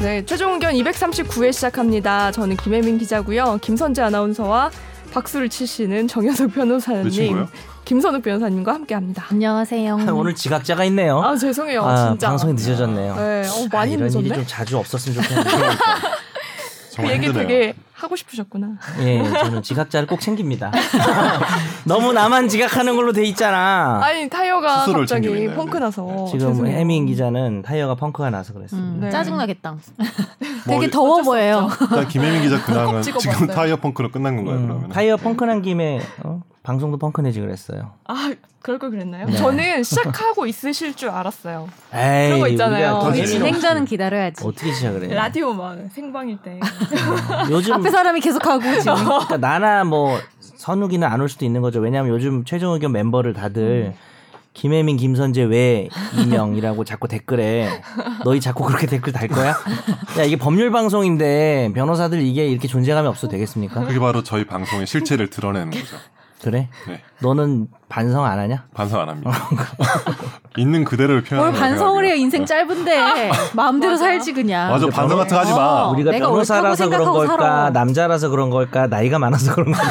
네, 최종 의견 239회 시작합니다. 저는 김혜민 기자고요. 김선재 아나운서와 박수를 치시는 정현석 변호사님, 친구예요? 음. 김선욱 변호사님과 함께합니다. 안녕하세요. 아, 오늘 지각자가 있네요. 음. 아 죄송해요, 아, 진짜. 방송이 늦어졌네요. 네, 어, 많이 아, 이런 늦었네. 일이 좀 자주 없었으면 좋겠는데. 그 정말 얘기 힘드네요. 되게 하고 싶으셨구나. 예, 저는 지각자를 꼭 챙깁니다. 너무 나만 지각하는 걸로 돼 있잖아. 아니 타이어가 스스로를 갑자기 챙기고 있네요, 펑크 지금. 나서 지금 죄송해요. 해밍 기자는 타이어가 펑크가 나서 그랬어요. 음, 네. 짜증나겠다. 뭐 되게 더워 보여요. 아, 일단 김혜민 기자 근황은 꼭 찍어봤네. 지금 타이어 펑크로 끝난 건가요? 그러면 음, 타이어 펑크난 김에 어? 방송도 펑크내지 그랬어요. 아 그럴 걸 그랬나요? 네. 저는 시작하고 있으실 줄 알았어요. 에이, 그런 거 있잖아요. 우리가 더 거의 우리 재미는 진행자는 없지. 기다려야지. 어떻게 시작을 해요? 라디오 막 생방일 때. 요즘 앞에 사람이 계속하고 지금. 그러니까 나나 뭐 선욱이는 안 올 수도 있는 거죠. 왜냐하면 요즘 최종 의견 멤버를 음. 다들 김혜민, 김선재 왜 이명이라고 자꾸 댓글에 너희 자꾸 그렇게 댓글 달 거야? 야 이게 법률 방송인데 변호사들 이게 이렇게 존재감이 없어 되겠습니까? 그게 바로 저희 방송의 실체를 드러내는 거죠. 그래? 네. 너는 반성 안 하냐? 반성 안 합니다. 있는 그대로를 뭘 아, 표현하는 거예요, 반성을 해요. 생각해요. 네. 인생 짧은데 마음대로 살지 그냥. 맞아 반성 같은 거 하지 마. 어. 우리가 내가 변호사라서 옳다고 그런 걸까? 생각하고 살아. 남자라서 그런 걸까? 나이가 많아서 그런 걸까?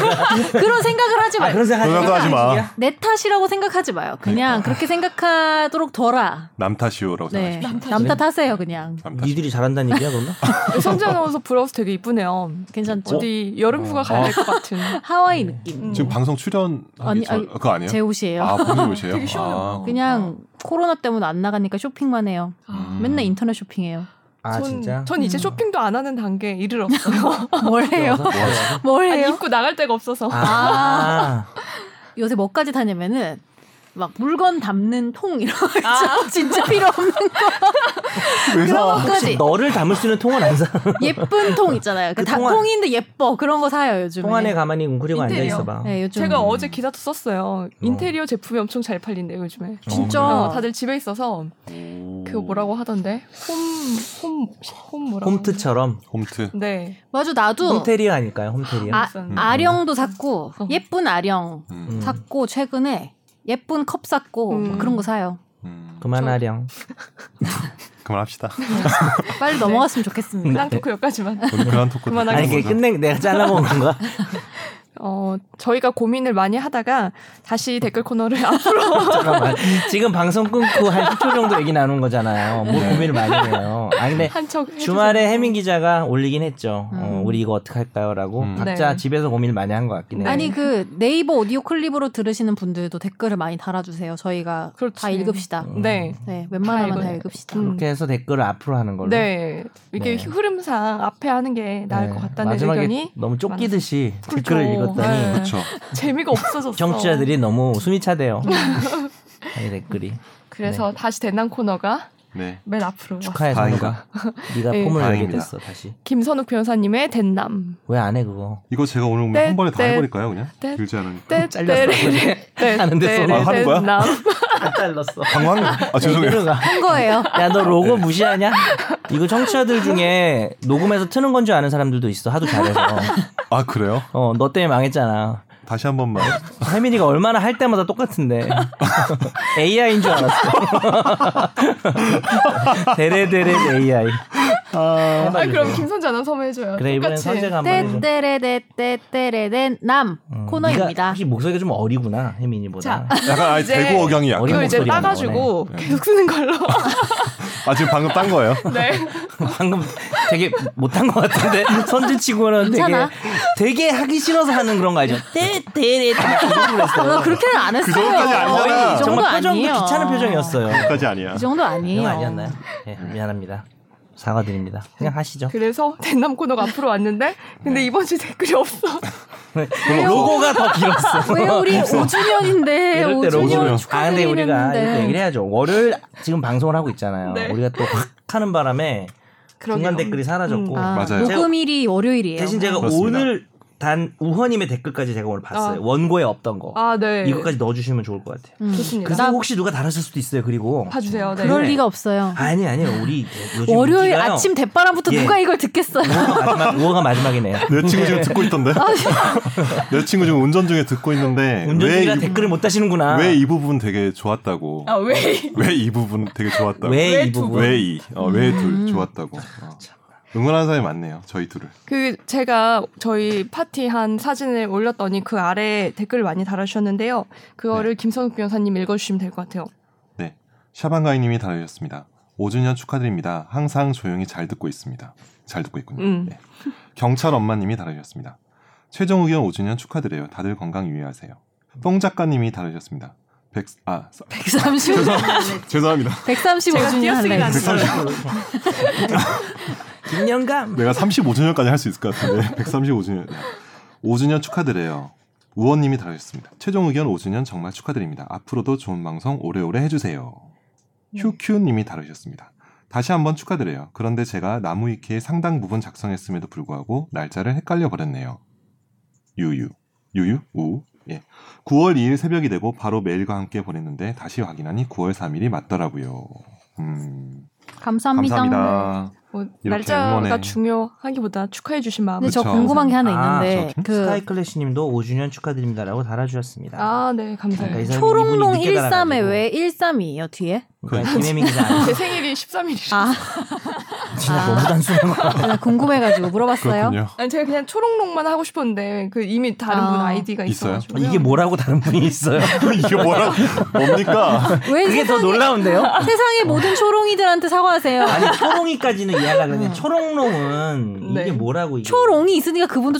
그런 생각을 하지 아, 마요. 그런 생각 그런 거 하지 마. 내 탓이라고 생각하지 마요. 그냥 네. 그렇게 생각하도록 둬라. 남탓이오라고 네. 생각하십시오. 남탓 하세요, 그냥. 남탓. 니들이 잘한다는 얘기야 그러면? 성재 아나운서 브라우스 되게 이쁘네요. 괜찮죠? 어디 여름휴가 가야 될 것 같은. 하와이 네. 느낌. 음. 지금 방송 출연 아니, 아니, 아니, 그거 아니에요? 제 옷이에요. 아 본인 옷이에요? 되게 시원해요. 아, 그냥 코로나 때문에 안 나가니까 쇼핑만 해요. 음. 맨날 인터넷 쇼핑해요. 아 전, 진짜? 음. 전 이제 쇼핑도 안 하는 단계에 이르렀어요. 뭘 해요? 뭐하죠? 뭘 아니, 해요? 입고 나갈 데가 없어서. 아. 요새 뭐까지 타냐면은 막 물건 담는 통 이런 거 아. 있죠. 진짜 필요 없는 왜 사? 그런 것까지 너를 담을 수 있는 통은 안 사. 예쁜 통 있잖아요. 그 그 다 통 안- 통인데 예뻐 그런 거 사요 요즘에. 통 안에 가만히 웅크리고 앉아 인테리어. 있어봐. 네, 요즘 제가 어제 기사도 썼어요. 인테리어 제품이 엄청 잘 팔린대요, 요즘에. 진짜 어, 다들 집에 있어서 오. 그 뭐라고 하던데? 홈, 홈, 홈 뭐라고? 홈트처럼 홈트. 하는데? 네. 맞아 나도 홈테리어 아닐까요? 홈테리어. 아, 음. 아령도 샀고 어. 예쁜 아령 음. 샀고 최근에 예쁜 컵 샀고 음. 뭐 그런 거 사요. 음. 그만하렴. 그만합시다. 네. 빨리 넘어갔으면 네. 좋겠습니다. 그냥 토크 여기까지만. 음. 오늘 그만 토크. 그만하게. 아니 듣는 이게 거죠? 끝내 내가 잘라먹은 건가? 어, 저희가 고민을 많이 하다가 음. 다시 댓글 코너를 앞으로. 잠깐만. 지금 방송 끊고 한 10초 정도 얘기 나눈 거잖아요. 뭐 네. 고민을 많이 해요. 아 근데 한척 음. 해주세요. 주말에 해민 기자가 올리긴 했죠. 어, 음. 우리 이거 어떻게 할까요라고 음. 각자 네. 집에서 고민을 많이 한 것 같긴 해요. 아니 그 네이버 오디오 클립으로 들으시는 분들도 댓글을 많이 달아주세요. 저희가 그렇지. 다 읽읍시다. 네. 네, 웬만하면 다 다 읽어요. 읽읍시다. 음. 음, 그렇게 해서 댓글을 앞으로 하는 걸로. 네. 이게 네. 흐름상 앞에 하는 게 나을 것 같다는 마지막에 의견이 너무 쫓기듯이 많았어요. 댓글을 그렇죠. 읽었더니 네. 그렇죠. 재미가 없어졌어. 정치자들이 너무 숨이 차대요. 이 댓글이 그래서 다시 대남 코너가 네. 맨 앞으로. 네. 축하해 다행이다. 선우가 네가 예. 폼을 알게 다행입니다. 됐어 다시 김선욱 변호사님의 댄남. 왜 안 해 그거 이거 제가 오늘 네, 그러면 한 번에 다 네. 해버릴까요 그냥? 네. 길지 않으니까. 떼, 잘렸어 떼, 하는데 떼, 서로 떼, 하는 거야? 댄남. 안 잘랐어 방황? 아 죄송해요. 한 거예요. 야너 로고 무시하냐 이거 청취자들 중에 녹음해서 트는 건 줄 아는 사람들도 있어 하도 잘해서 아 그래요? 어너 때문에 망했잖아 다시 한 번만. 네. 혜민이가 얼마나 할 때마다 똑같은데 AI인 줄 알았어 데레데레 AI 아, 아, 그럼 김선재 아나운서 한번 해줘요. 그래 이번엔 똑같이. 선재가 한번 해줘 떼떼레떼떼레댄 남 음, 네가 코너입니다. 혹시 목소리가 좀 어리구나 혜민이보다 약간 아니, 이제 대구 억양이 약간. 뭐- 그걸 이제 목소리가 따가지고 나오네. 계속 쓰는 걸로. 아 지금 방금 딴 거예요? 네. 방금 되게 못한 것 같은데 선지치고는 되게 괜찮아. 되게 하기 싫어서 하는 그런 거 알죠? 떼떼떼 아, 그렇게는 안 했어요. 정도까지 아니잖아. 이 정도 정말 표정도 아니에요. 귀찮은 표정이었어요. 까지 아니야. 이 정도 아니에요. 그건 아니었나요? 예, 미안합니다. 사과드립니다. 그냥 하시죠. 그래서 댄남 코너가 앞으로 왔는데, 근데 네. 이번 주 댓글이 없어. 로고가 더 길었어. 왜 우리 5주년인데 이럴 때 5주년 로고를 아 근데 우리가 이렇게 축하드리는데 얘기를 해야죠. 월요일 지금 방송을 하고 있잖아요. 네. 우리가 또 확 하는 바람에 중간 그러게요. 음. 댓글이 사라졌고 아, 맞아요. 녹음일이 월요일이에요. 대신 제가 그렇습니다. 오늘 단 우헌님의 댓글까지 제가 오늘 봤어요. 아. 원고에 없던 거. 아, 네. 이거까지 넣어주시면 좋을 것 같아요. 음. 좋습니다. 그 사람 혹시 누가 다뤘을 수도 있어요. 그리고 봐주세요. 네. 그럴 리가 없어요. 아니 아니요 우리 요즘 월요일 인기가요. 아침 대바람부터 예. 누가 이걸 듣겠어요? 우호가 마지막, 우호가 마지막이네요. 내 친구 지금 듣고 있던데. 내 친구 지금 운전 중에 듣고 있는데 왜 운전이라 이 댓글을 못 다시는구나. 부분 되게 좋았다고. 아, 왜? 왜 이 부분 되게 좋았다고. 왜 왜 이 두 부분? 왜 이? 어, 왜 둘 좋았다고. 어. 응원하는 사람이 많네요. 저희 둘을. 그 제가 저희 파티 한 사진을 올렸더니 그 아래 댓글을 많이 달아주셨는데요. 그거를 네. 김선욱 변호사님 읽어주시면 될 것 같아요. 네. 샤방가이님이 달아주셨습니다. 5주년 축하드립니다. 항상 조용히 잘 듣고 있습니다. 잘 듣고 있군요. 음. 네. 경찰 엄마님이 달아주셨습니다. 최종 의견 5주년 축하드려요. 다들 건강 유의하세요. 뽕 작가님이 달아주셨습니다. 백, 아, 서- 135. 죄송합니다. 135주년 제가 띄어쓰기를 할래. 안 했어요. 김영감. 내가 35주년까지 할 수 있을 것 같은데 135주년 5주년 축하드려요 우원님이 달아주셨습니다 최종 의견 5주년 정말 축하드립니다 앞으로도 좋은 방송 오래오래 해주세요 네. 휴큐님이 달아주셨습니다 다시 한번 축하드려요 그런데 제가 나무위키의 상당 부분 작성했음에도 불구하고 날짜를 헷갈려 버렸네요 유유 유유 우 예. 9월 2일 새벽이 되고 바로 메일과 함께 보냈는데 다시 확인하니 9월 3일이 맞더라고요 음, 감사합니다. 감사합니다 뭐 이렇게 날짜가 응원해. 중요하기보다 축하해주신 마음. 네, 근데 저 그쵸. 궁금한 게 하나 아, 있는데 저 그 스카이클래시님도 5주년 축하드립니다라고 달아주셨습니다. 아, 네, 감사합니다. 그러니까 이 사람이 초록농 이분이 늦게 13에 달아가지고. 왜 13이에요 뒤에? 그러니까 김혜민 기자 아니에요. 제 생일이 13일이라. 아, 진짜 아. 너무 단순한 거. 나 궁금해가지고 물어봤어요. 그렇군요 아니, 제가 그냥 초록록만 하고 싶었는데 그 이미 다른 아. 분 아이디가 있어요? 있어가지고 이게 뭐라고 다른 분이 있어요. 이게 뭐라 뭡니까? 왜 그게 더 세상에, 놀라운데요? 세상의 모든 초롱이들한테 사과하세요. 아니 초롱이까지는 이해하려 그랬는데 음. 초롱롱은 네. 이게 뭐라고 이게 초롱이 있으니까 그분도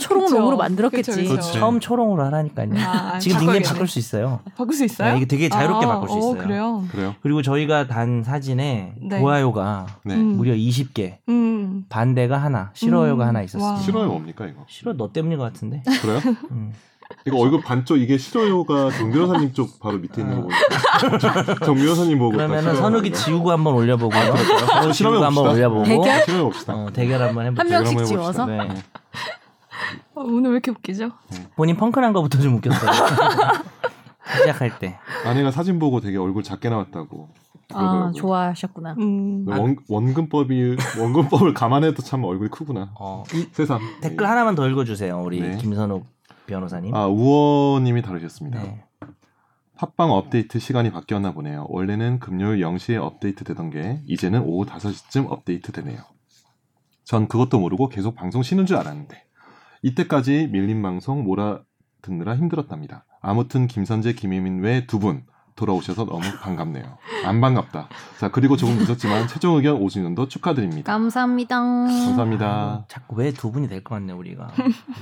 그쵸. 초롱롱으로 만들었겠지. 그쵸, 그쵸. 그치. 처음 초롱으로 하라니까요. 아, 지금 닉네임 바꿔야겠네. 바꿀 수 있어요. 바꿀 수 있어요? 네, 이게 되게 자유롭게 아, 바꿀 수 어, 있어요. 그래요. 그래요? 그리고 저희가 단 사진에 네. 좋아요가 네. 음. 무려 20개, 음. 반대가 하나, 싫어요가 음. 하나 와. 있었어요. 싫어요 아, 뭡니까 이거? 싫어 너 때문인 것 같은데. 그래요? 음. 이거 얼굴 반쪽 이게 싫어요가 정 변호사님 쪽 바로 밑에 있는 거 보니까 정 변호사님 보고 그러면은 선욱이 지우고 한번 올려보고 아, 그럴까요? 지우고 그렇죠. 실험해 한번 봅시다. 올려보고 대결? 싫어요 봅시다. 어, 대결 한번 해보자. 한 명씩 지워서? 네. 어, 오늘 왜 이렇게 웃기죠? 본인 펑크난 거부터 좀 웃겼어요. 시작할 때. 아내가 사진 보고 되게 얼굴 작게 나왔다고. 아 그러더라고요. 네, 좋아하셨구나. 음. 원, 원근법이 원근법을 감안해도 참 얼굴이 크구나. 어, 이 세상. 댓글 하나만 더 읽어주세요, 우리 네. 김선욱 변호사님. 아 우원님이 다루셨습니다. 네. 팟빵 업데이트 시간이 바뀌었나 보네요. 원래는 금요일 0시에 업데이트 되던 게 이제는 오후 5시쯤 업데이트 되네요. 전 그것도 모르고 계속 방송 쉬는 줄 알았는데 이때까지 밀린 방송 몰아 듣느라 힘들었답니다. 아무튼 김선재, 김혜민 외 두 분 돌아오셔서 너무 반갑네요. 안 반갑다. 자 그리고 조금 늦었지만 최종 의견 5주년도 축하드립니다. 감사합니다. 네. 아이고, 감사합니다. 자꾸 왜 두 분이 될 것 같네 우리가.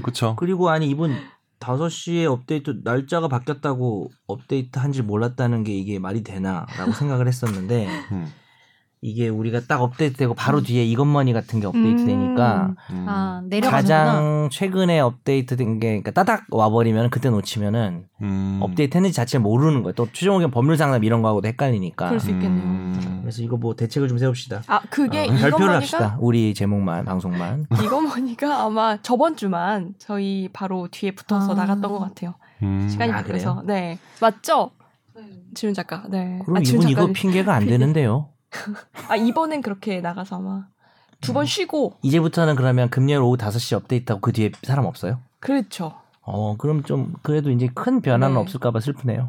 그쵸? 그리고 아니 이분 5시에 업데이트 날짜가 바뀌었다고 업데이트 한지 몰랐다는 게 이게 말이 되나라고 생각을 했었는데 음, 이게 우리가 딱 업데이트되고 바로 뒤에 이것만이 같은 게 업데이트 되니까 음. 음. 아 내려가는구나. 가장 최근에 업데이트된 게 그러니까 따닥 와버리면 그때 놓치면은 음. 업데이트했는지 자체 모르는 거예요. 또 최종 의견 법률 상담 이런 거하고도 헷갈리니까. 그럴 수 있겠네요. 음. 그래서 이거 뭐 대책을 좀 세웁시다. 아 그게 어, 발표를 이거머니가 합시다. 우리 제목만 방송만. 이거머니가 아마 저번 주만 저희 바로 뒤에 붙어서 아. 나갔던 것 같아요. 음. 시간이 아, 바뀌어서 네 맞죠? 지훈 작가 네. 그럼 아, 지훈 이분 이거 작가님. 핑계가 안 되는데요. 아 이번엔 그렇게 나가서 아마 두 번 쉬고 이제부터는 그러면 금요일 오후 5시 업데이트하고 그 뒤에 사람 없어요? 그렇죠. 어, 그럼 좀 그래도 이제 큰 변화는 네. 없을까봐 슬프네요.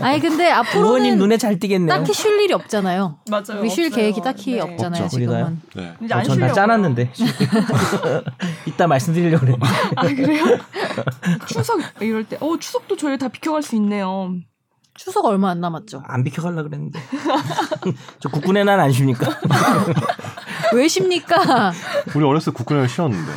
아니 근데 부모님 앞으로는 눈에 잘 띄겠네요. 딱히 쉴 일이 없잖아요. 맞아요. 네. 어, 우리 그 쉴 계획이 딱히 없잖아요 없죠. 지금은. 우리가요? 네. 이제 안 어, 전다 쉬려고요. 짜놨는데. 이따 말씀드리려고 그랬는데. 아 그래요? 추석 이럴 때 어 추석도 저희 다 비켜갈 수 있네요. 추석 얼마 안 남았죠. 안 비켜가려고 그랬는데. 저 국군의 날 안 쉽니까? 왜 쉽니까? 우리 어렸을 때 국군에 쉬었는데.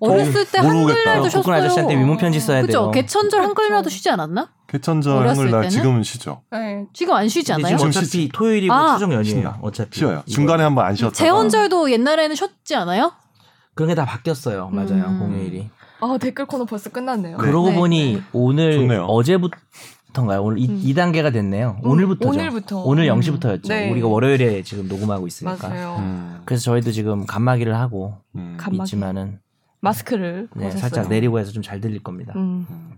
어렸을 모르겠다. 때 한글날도 쉬었어요. 국군 아저씨한테 위문편지 써야 그죠? 돼요. 개천절 한글날도 쉬지 않았나? 개천절 어렸을 한글날 때는? 지금은 쉬죠. 네. 지금 안 쉬지 근데 않아요? 지금 지금 어차피 쉬지. 토요일이고 아. 추석 연휴예요. 쉰다. 어차피. 쉬어요. 이거. 중간에 한 번 안 쉬었다가. 재원절도 옛날에는 쉬었지 않아요? 그런 게 다 바뀌었어요. 맞아요. 음. 공휴일이. 아 댓글 코너 벌써 끝났네요. 그러고 네. 보니 오늘 좋네요. 어제부터인가요? 오늘 이, 음. 이 단계가 됐네요. 음, 오늘부터죠. 오늘부터. 오늘 음. 0시부터였죠. 네. 우리가 월요일에 지금 녹음하고 있으니까. 맞아요. 음, 그래서 저희도 지금 간마기를 하고 음. 감- 간마기. 있지만은 마스크를 네, 벗었어요. 살짝 내리고 해서 좀 잘 들릴 겁니다. 음. 음.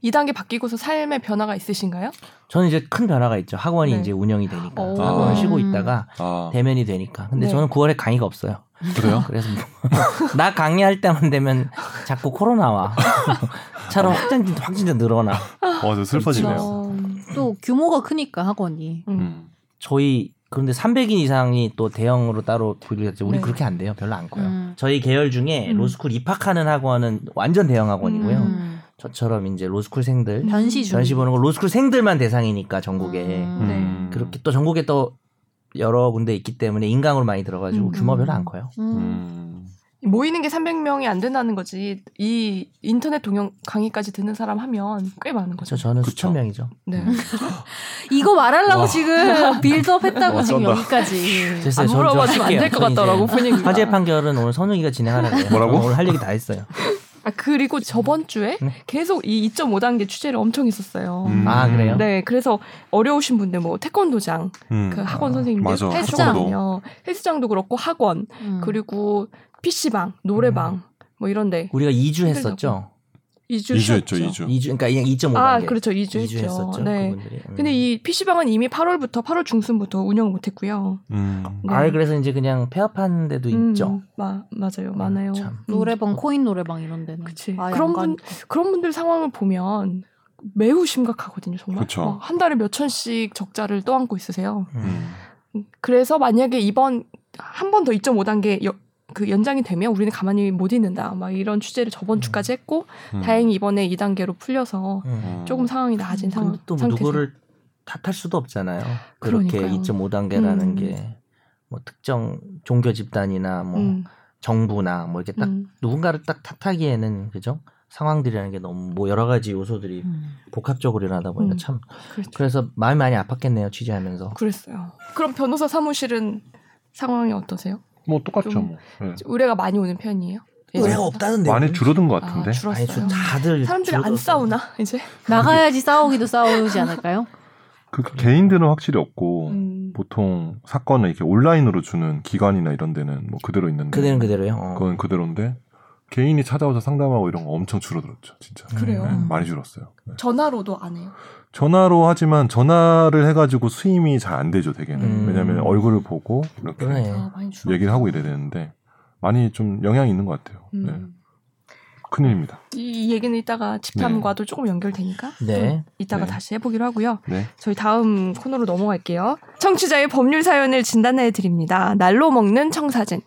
이 단계 바뀌고서 삶의 변화가 있으신가요? 저는 이제 큰 변화가 있죠. 학원이 네. 이제 운영이 되니까 오. 학원 쉬고 음. 있다가 아, 대면이 되니까. 근데 네. 저는 9월에 강의가 없어요. 그래요? 그래서 뭐- 나 강의할 때만 되면 자꾸 코로나와 차로 확진자 확진자 늘어나. 어, 저 슬퍼지네요. 어, 또 규모가 크니까 학원이. 음. 음. 저희 그런데 300인 이상이 또 대형으로 따로 분류가 있죠. 우리 네. 그렇게 안 돼요. 별로 안 커요. 음. 저희 계열 중에 음. 로스쿨 입학하는 학원은 완전 대형 학원이고요. 음. 저처럼 이제 네. 로스쿨생들 변시 중. 전시 보는 건 로스쿨생들만 대상이니까 전국에 음. 네. 음. 그렇게 또 전국에 또 여러 군데 있기 때문에 인강으로 많이 들어가지고 음. 규모 별로 안 커요. 음. 음. 모이는 게 300명이 안 된다는 거지. 이 인터넷 동영 강의까지 듣는 사람 하면 꽤 많은 그렇죠. 거죠. 저는 그쵸. 수천 명이죠. 네. 이거 말하려고 와. 지금 빌드업 했다고 와, 지금 쩐다. 여기까지. 됐어요. 안 저는 좀 물어봐주면 안 될 것 할게요. 저는 이제 같더라고 분위기가. 화재 판결은 오늘 선우기가 진행하라고 해요. 뭐라고? 저는 오늘 할 얘기 다 했어요. 아, 그리고 저번 주에 네. 계속 이 2.5단계 취재를 엄청 했었어요. 음. 아, 그래요? 네, 그래서 어려우신 분들 뭐 태권도장, 음. 그 학원 선생님들 맞아. 헬스장요, 헬스장도 그렇고 학원 음. 그리고 PC방, 노래방 음. 뭐 이런데 우리가 2주 했었죠. 2주 2주 쉬었죠. 했죠, 2주. 예. 2주 그러니까 2.5단계. 아, 그렇죠. 2주, 2주 했죠. 했었죠. 네. 그분들이. 음. 근데 이 PC방은 이미 8월부터 8월 중순부터 운영을 못 했고요. 음. 네. 아, 그래서 이제 그냥 폐업한 데도 음, 있죠. 마, 맞아요. 많아요. 참. 음. 노래방 코인 노래방 이런 데는. 그치. 아예 그런 안 분- 가니까. 그런 분들 상황을 보면 매우 심각하거든요, 정말. 그쵸. 막한 달에 몇 천씩 적자를 떠안고 있으세요. 음. 음. 그래서 만약에 이번 한 번 더 2.5단계 여- 그 연장이 되면 우리는 가만히 못 있는다. 막 이런 취재를 저번 음. 주까지 했고 음. 어. 다행히 이번에 2단계로 풀려서 음. 조금 상황이 나아진 근데 상황. 또뭐 상태에서. 누구를 탓할 수도 없잖아요. 그렇게 그러니까요. 2.5단계라는 음. 게 뭐 특정 종교 집단이나 뭐 음, 정부나 뭐 이렇게 딱 음. 누군가를 딱 탓하기에는 그죠? 상황들이라는 게 너무 뭐 여러 가지 요소들이 음. 복합적으로 일어나다 보니까 음. 참 그렇죠. 그래서 마음이 많이 아팠겠네요 취재하면서. 그랬어요. 그럼 변호사 사무실은 상황이 어떠세요? 뭐 똑같죠. 좀 뭐. 네. 예. 의뢰가 많이 오는 편이에요? 의뢰가 없다는데 네. 많이 줄어든 것 같은데. 아, 아니 예. 줄었어요. 저 다들 사람들이 안 줄어들었어요. 싸우나 이제? 나가야지 싸우기도 싸우지 않을까요? 그 개인들은 확실히 없고 음. 보통 사건을 이렇게 온라인으로 주는 기관이나 이런 데는 뭐 그대로 있는데 그대는 그대로요. 어. 그건 그대로인데 개인이 찾아와서 상담하고 이런 거 엄청 줄어들었죠, 진짜. 그래요? 음. 네, 많이 줄었어요. 네. 전화로도 안 해요. 전화로 하지만 전화를 해가지고 수임이 잘 안 되죠, 대개는. 음. 왜냐하면 얼굴을 보고 이렇게 그러네. 아 많이 줄었어요. 음. 얘기를 하고 이래야 되는데 많이 좀 영향이 있는 것 같아요. 네. 음. 큰일입니다. 이, 이 얘기는 이따가 집탐과도 조금 연결되니까 네. 좀 이따가 네. 다시 해보기로 하고요. 네. 저희 다음 코너로 넘어갈게요. 청취자의 법률 사연을 진단해 드립니다. 날로 먹는 청사진.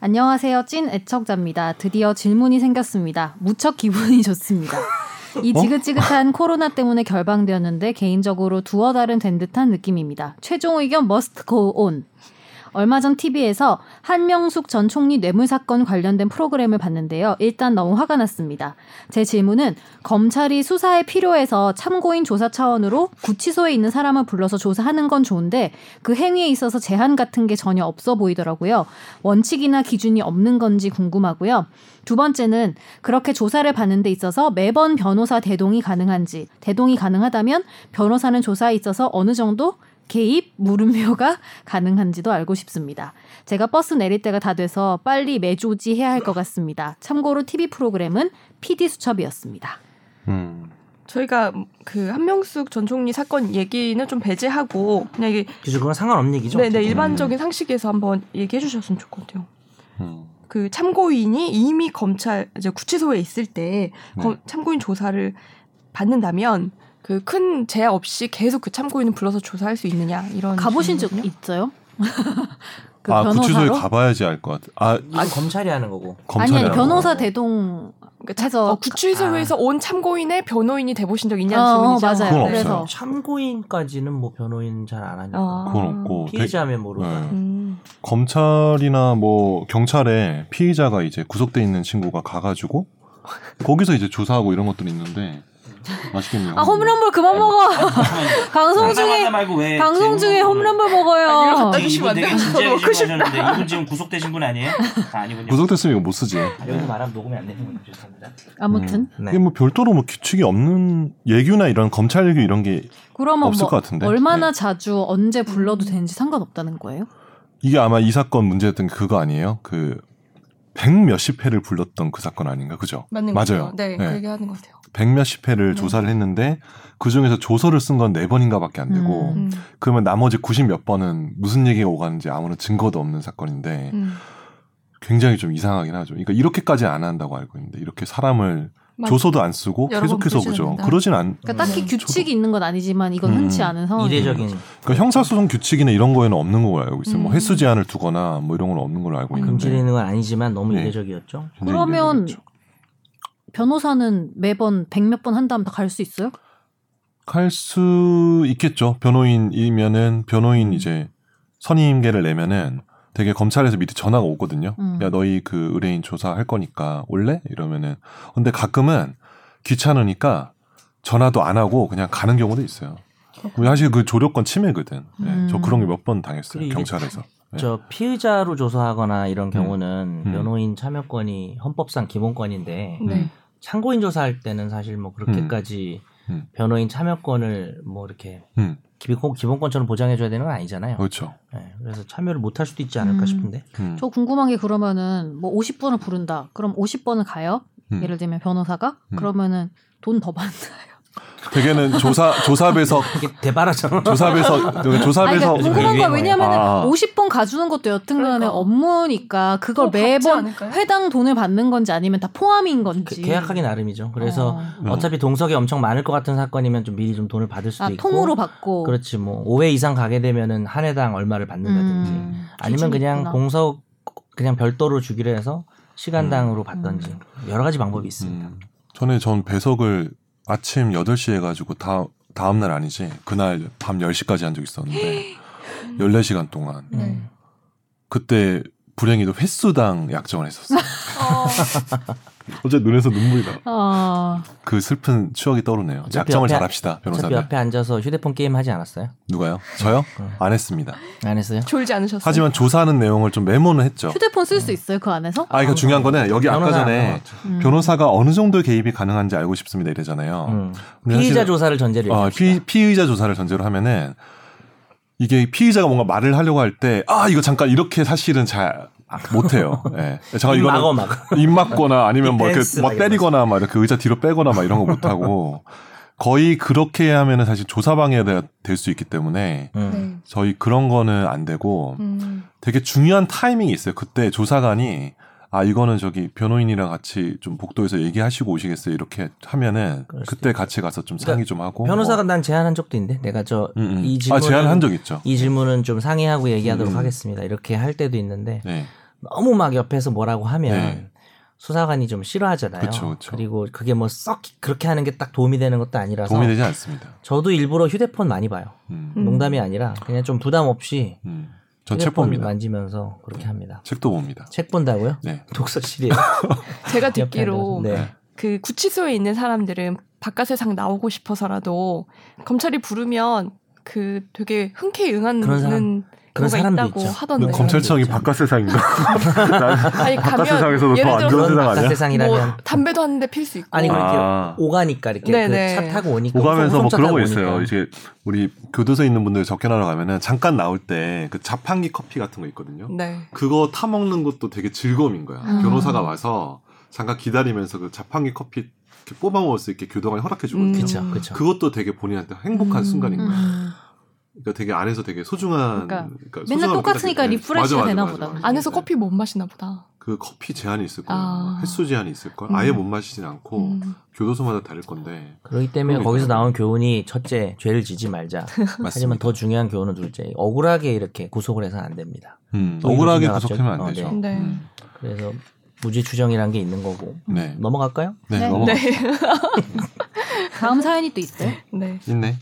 안녕하세요. 찐 애척자입니다. 드디어 질문이 생겼습니다. 무척 기분이 좋습니다. 이 어? 지긋지긋한 코로나 때문에 결방되었는데 개인적으로 두어 달은 된 듯한 느낌입니다. 최종 의견 머스트 고온. 얼마 전 TV에서 한명숙 전 총리 뇌물 사건 관련된 프로그램을 봤는데요. 일단 너무 화가 났습니다. 제 질문은 검찰이 수사에 필요해서 참고인 조사 차원으로 구치소에 있는 사람을 불러서 조사하는 건 좋은데 그 행위에 있어서 제한 같은 게 전혀 없어 보이더라고요. 원칙이나 기준이 없는 건지 궁금하고요. 두 번째는 그렇게 조사를 받는 데 있어서 매번 변호사 대동이 가능한지, 대동이 가능하다면 변호사는 조사에 있어서 어느 정도 개입, 물음표가 가능한지도 알고 싶습니다. 제가 버스 내릴 때가 다 돼서 빨리 매조지 해야 할 것 같습니다. 참고로 TV 프로그램은 PD 수첩이었습니다. 음. 저희가 그 한명숙 전 총리 사건 얘기는 좀 배제하고 그냥 이게 그죠 그건 상관없는 얘기죠. 음. 네네 어떻게 보면. 일반적인 상식에서 한번 얘기해 주셨으면 좋거든요. 음. 그 참고인이 이미 검찰 이제 구치소에 있을 때 네. 검- 참고인 조사를 받는다면 그 큰 제약 없이 계속 그 참고인을 불러서 조사할 수 있느냐 이런 가보신 적 질문이거든요. 있어요? 그 아, 구치소에 변호사로? 가봐야지 알 것 같아. 아, 이건 검찰이 하는 거고. 아니 검찰이 아니 알아요. 변호사 대동 그러니까 참- 해서 어, 구치소에서 온 참고인의 변호인이 돼보신 적 있냐는 어, 질문이죠. 맞아요. 아. 그건 그래서 없어요. 참고인까지는 뭐 변호인 잘 안 하니까. 어. 그건 아, 없고 되게- 피해자면 모르고. 뭐 네. 음. 검찰이나 뭐 경찰에 피의자가 이제 구속돼 있는 친구가 가가지고 거기서 이제 조사하고 이런 것들이 있는데 맛있겠네요. 아 홈런볼 그만 먹어. 네. 방송 중에 말고 왜 방송 중에 뭐 홈런볼 아, 이런 먹어요. 음. 거- 이분 되게 진지하게 먹고 질문하셨는데 이분 지금 구속되신 분 아니에요? 아, 아니군요. 구속됐으면 이거 못 쓰지. 아, 여기서 말하면 녹음이 안 되는 거예요. 죄송합니다. 아무튼 음. 네. 이게 뭐 별도로 뭐 규칙이 없는 예규나 이런 검찰규 이런 게 그러면 없을 뭐 것 같은데. 네. 얼마나 자주 언제 음. 불러도 되는지 상관없다는 거예요? 이게 아마 이 사건 문제였던 게 그거 아니에요? 그 백몇십 회를 불렀던 그 사건 아닌가 그죠? 맞는 맞아요. 거죠. 네, 그 네. 얘기하는 것 같아요. 백몇십 음. 회를 조사를 했는데 그 중에서 조서를 쓴 건 네 번인가밖에 안 되고 음. 음. 그러면 나머지 90 몇 번은 무슨 얘기가 오가는지 아무런 증거도 없는 사건인데 음. 굉장히 좀 이상하긴 하죠. 그러니까 이렇게까지 안 한다고 알고 있는데 이렇게 사람을 맞- 조서도 안 쓰고 여러 번 계속해서 부르진 오죠. 않는다. 그러진 않. 그러니까 딱히 음, 규칙이 있는 건 아니지만 이건 음, 흔치 않은 어, 상황이에요. 이례적인 그러니까 형사소송 규칙이나 이런 거에는 없는 걸로 알고 있어요. 뭐 음. 횟수 제한을 두거나 뭐 이런 건 없는 걸로 알고 있는데. 금지되는 건 아니지만 너무 네. 이례적이었죠. 현재 그러면- 이례적이었죠. 변호사는 매번 백 몇 번 한 다음 다 갈 수 있어요? 갈 수 있겠죠. 변호인이면은 음. 변호인 이제 선임계를 내면은 되게 검찰에서 밑에 전화가 오거든요. 음. 야 너희 그 의뢰인 조사할 거니까 올래? 이러면은 근데 가끔은 귀찮으니까 전화도 안 하고 그냥 가는 경우도 있어요. 사실 그 조력권 침해거든. 예, 음. 저 그런 게 몇 번 당했어요. 그리고 이게 경찰에서. 네. 저 피의자로 조사하거나 이런 경우는 음. 변호인 참여권이 헌법상 기본권인데 네. 참고인 조사할 때는 사실 뭐 그렇게까지 음. 음. 변호인 참여권을 뭐 이렇게 음. 기본 기본권처럼 보장해줘야 되는 건 아니잖아요. 그렇죠. 네, 그래서 참여를 못 할 수도 있지 않을까 음. 싶은데 음. 저 궁금한 게 그러면은 뭐 50번을 부른다. 그럼 50번을 가요? 음. 예를 들면 변호사가 음. 그러면은 돈 더 받나요? 대개는 조사 조사배석 이게 대바라처럼 조사배석 아니, 조사배석 그러니까 그래서 궁금한 이게 건 뭐예요? 왜냐면은 아. 50번 가주는 것도 여튼간에 그러니까. 업무니까 그걸 또 갚지 매번 않을까요? 회당 돈을 받는 건지 아니면 다 포함인 그- 건지 계약하기 나름이죠. 그래서 어. 음. 어. 차피 동석이 엄청 많을 것 같은 사건이면 좀 미리 좀 돈을 받을 수도 아 있고 통으로 받고 그렇지 뭐 5회 이상 가게 되면은 한 회당 얼마를 받는다든지 음, 아니면 기준이 그냥 있구나. 공석 그냥 별도로 주기로 해서 시간당으로 받던지 여러 가지 방법이 있습니다. 음. 전에 전 배석을 아침 8시에 가지고 다 다음 날 아니지. 그날 밤 10시까지 한 적 있었는데 14시간 동안 네. 음. 그때 불행히도 횟수당 약정을 했었어요. 어, 어제 눈에서 눈물이 나. 어, 그 슬픈 추억이 떠오르네요. 어차피 약정을 옆에- 잘 합시다. 어차피 변호사들. 옆에 앉아서 휴대폰 게임 하지 않았어요? 누가요? 저요? 음. 안 했습니다. 안 했어요? 졸지 않으셨어요? 하지만 조사하는 내용을 좀 메모는 했죠. 휴대폰 쓸 수 음. 있어요 그 안에서? 아, 이거 중요한 거는 여기 아까 변호사 전에 나왔죠. 음. 변호사가 어느 정도 개입이 가능한지 알고 싶습니다 이래잖아요. 음. 근데 피의자 사실은- 조사를 전제로 어, 얘기합시다. 피, 피의자 조사를 전제로 하면은 이게 피의자가 뭔가 말을 하려고 할 때 아 이거 잠깐 이렇게 사실은 잘 못해요. 예. 잠깐 입 이거는 막어 막. 입 맞거나 아니면 뭐 이렇게 디펜스 뭐 막 이런 때리거나 막 이렇게 의자 뒤로 빼거나 막 이런 거 못하고 거의 그렇게 하면은 사실 조사 방해가 될 수 있기 때문에 음. 네. 저희 그런 거는 안 되고 음. 되게 중요한 타이밍이 있어요. 그때 조사관이 아 이거는 저기 변호인이랑 같이 좀 복도에서 얘기하시고 오시겠어요 이렇게 하면은 그럴 수도 그러니까 그때 같이 가서 좀 상의 좀 하고 변호사가 뭐. 난 제안한 적도 있는데 내가 저 이 음, 음. 아 질문은 제안한 적 있죠. 이 질문은 좀 상의하고 얘기하도록 음. 하겠습니다. 이렇게 할 때도 있는데 네. 너무 막 옆에서 뭐라고 하면 네. 수사관이 좀 싫어하잖아요. 그쵸, 그쵸. 리고 그게 뭐 썩 그렇게 하는 게 딱 도움이 되는 것도 아니라서 도움이 되지 않습니다. 저도 일부러 휴대폰 많이 봐요. 음. 음. 농담이 아니라 그냥 좀 부담 없이 음. 전책 휴대폰 봅니다. 만지면서 그렇게 합니다. 책도 봅니다. 책 본다고요? 네. 독서실이에요. 제가 옆에 아, 듣기로 앉아서. 네. 네. 그 구치소에 있는 사람들은 바깥 세상 나오고 싶어서라도 검찰이 부르면 그 되게 흔쾌히 그런 응하는 사람- 그런 경우가 사람도 있다고 있죠. 하던데. 검찰청이 바깥 음, 세상인가? 아니 가면 세상에서도 예를 더안 들어 좋은 그런 세상 바깥 아니야? 뭐 세상이라면 담배도 하는데 필 수 있고. 아니 뭐 이렇게 아. 오가니까 이렇게 그 네네. 차 타고 오니까 오가면서 뭐 손차 그런 타고 거 있어요. 오니까. 이제 우리 교도소에 있는 분들 접견하러 가면은 잠깐 나올 때 그 자판기 커피 같은 거 있거든요. 음. 네. 그거 타 먹는 것도 되게 즐거움인 거야. 아. 음. 변호사가 와서 잠깐 기다리면서 그 자판기 커피 이렇게 뽑아 먹을 수 있게 교도관이 허락해 주거든요. 음. 그쵸 그쵸. 그것도 되게 본인한테 행복한 음. 순간인 거야. 음. 그러니까 되게 안에서 되게 소중한 그러니까 맨날 소중함을 똑같으니까 깨닫게 돼. 리프레시가 맞아, 맞아, 되나 맞아, 보다. 맞아. 안에서 네. 커피 못 마시나 보다. 그 커피 제한이 있을 거예요. 아. 횟수 제한이 있을 거야. 음. 아예 못 마시진 않고 음. 교도소마다 다를 건데. 그렇기 때문에 그런 거 거기서 있잖아요. 나온 교훈이 첫째 죄를 지지 말자. 하지만 더 중요한 교훈은 둘째 억울하게 이렇게 구속을 해서는 안 됩니다. 음, 또 억울하게 이러지 구속하면 않았죠. 안 되죠. 네. 네. 음. 그래서 무죄 추정이란 게 있는 거고 네. 넘어갈까요? 네. 네. 넘어가. 다음 사연이 또 있어요. 네. 뭐, 있네.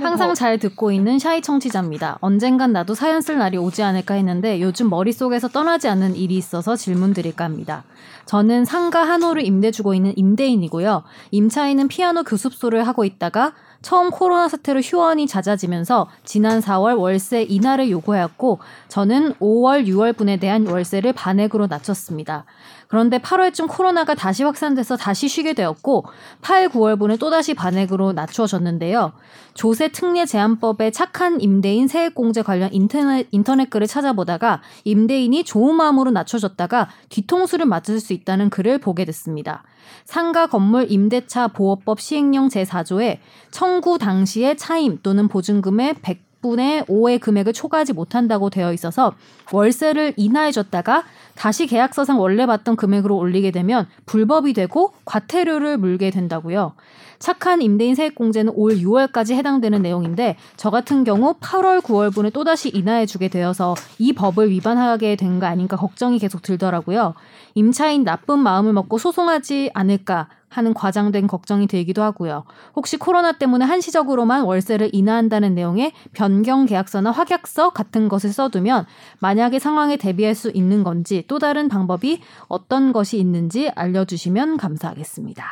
항상 잘 듣고 있는 샤이 청취자입니다. 언젠간 나도 사연 쓸 날이 오지 않을까 했는데 요즘 머릿속에서 떠나지 않는 일이 있어서 질문 드릴까 합니다. 저는 상가 한 호를 임대 주고 있는 임대인이고요. 임차인은 피아노 교습소를 하고 있다가 처음 코로나 사태로 휴원이 잦아지면서 지난 4월 월세 인하를 요구하였고 저는 5월, 6월분에 대한 월세를 반액으로 낮췄습니다. 그런데 8월쯤 코로나가 다시 확산돼서 다시 쉬게 되었고 8, 9월분에 또다시 반액으로 낮추어졌는데요. 조세 특례 제한법의 착한 임대인 세액공제 관련 인터넷, 인터넷 글을 찾아보다가 임대인이 좋은 마음으로 낮춰줬다가 뒤통수를 맞을 수 있다는 글을 보게 됐습니다. 상가 건물 임대차 보호법 시행령 제4조에 청구 당시의 차임 또는 보증금의 100 덕분에 5의 금액을 초과하지 못한다고 되어 있어서 월세를 인하해줬다가 다시 계약서상 원래 받던 금액으로 올리게 되면 불법이 되고 과태료를 물게 된다고요. 착한 임대인 세액공제는 올 6월까지 해당되는 내용인데 저 같은 경우 8월, 9월분에 또다시 인하해주게 되어서 이 법을 위반하게 된 거 아닌가 걱정이 계속 들더라고요. 임차인 나쁜 마음을 먹고 소송하지 않을까 하는 과장된 걱정이 들기도 하고요. 혹시 코로나 때문에 한시적으로만 월세를 인하한다는 내용의 변경 계약서나 확약서 같은 것을 써두면 만약에 상황에 대비할 수 있는 건지 또 다른 방법이 어떤 것이 있는지 알려주시면 감사하겠습니다.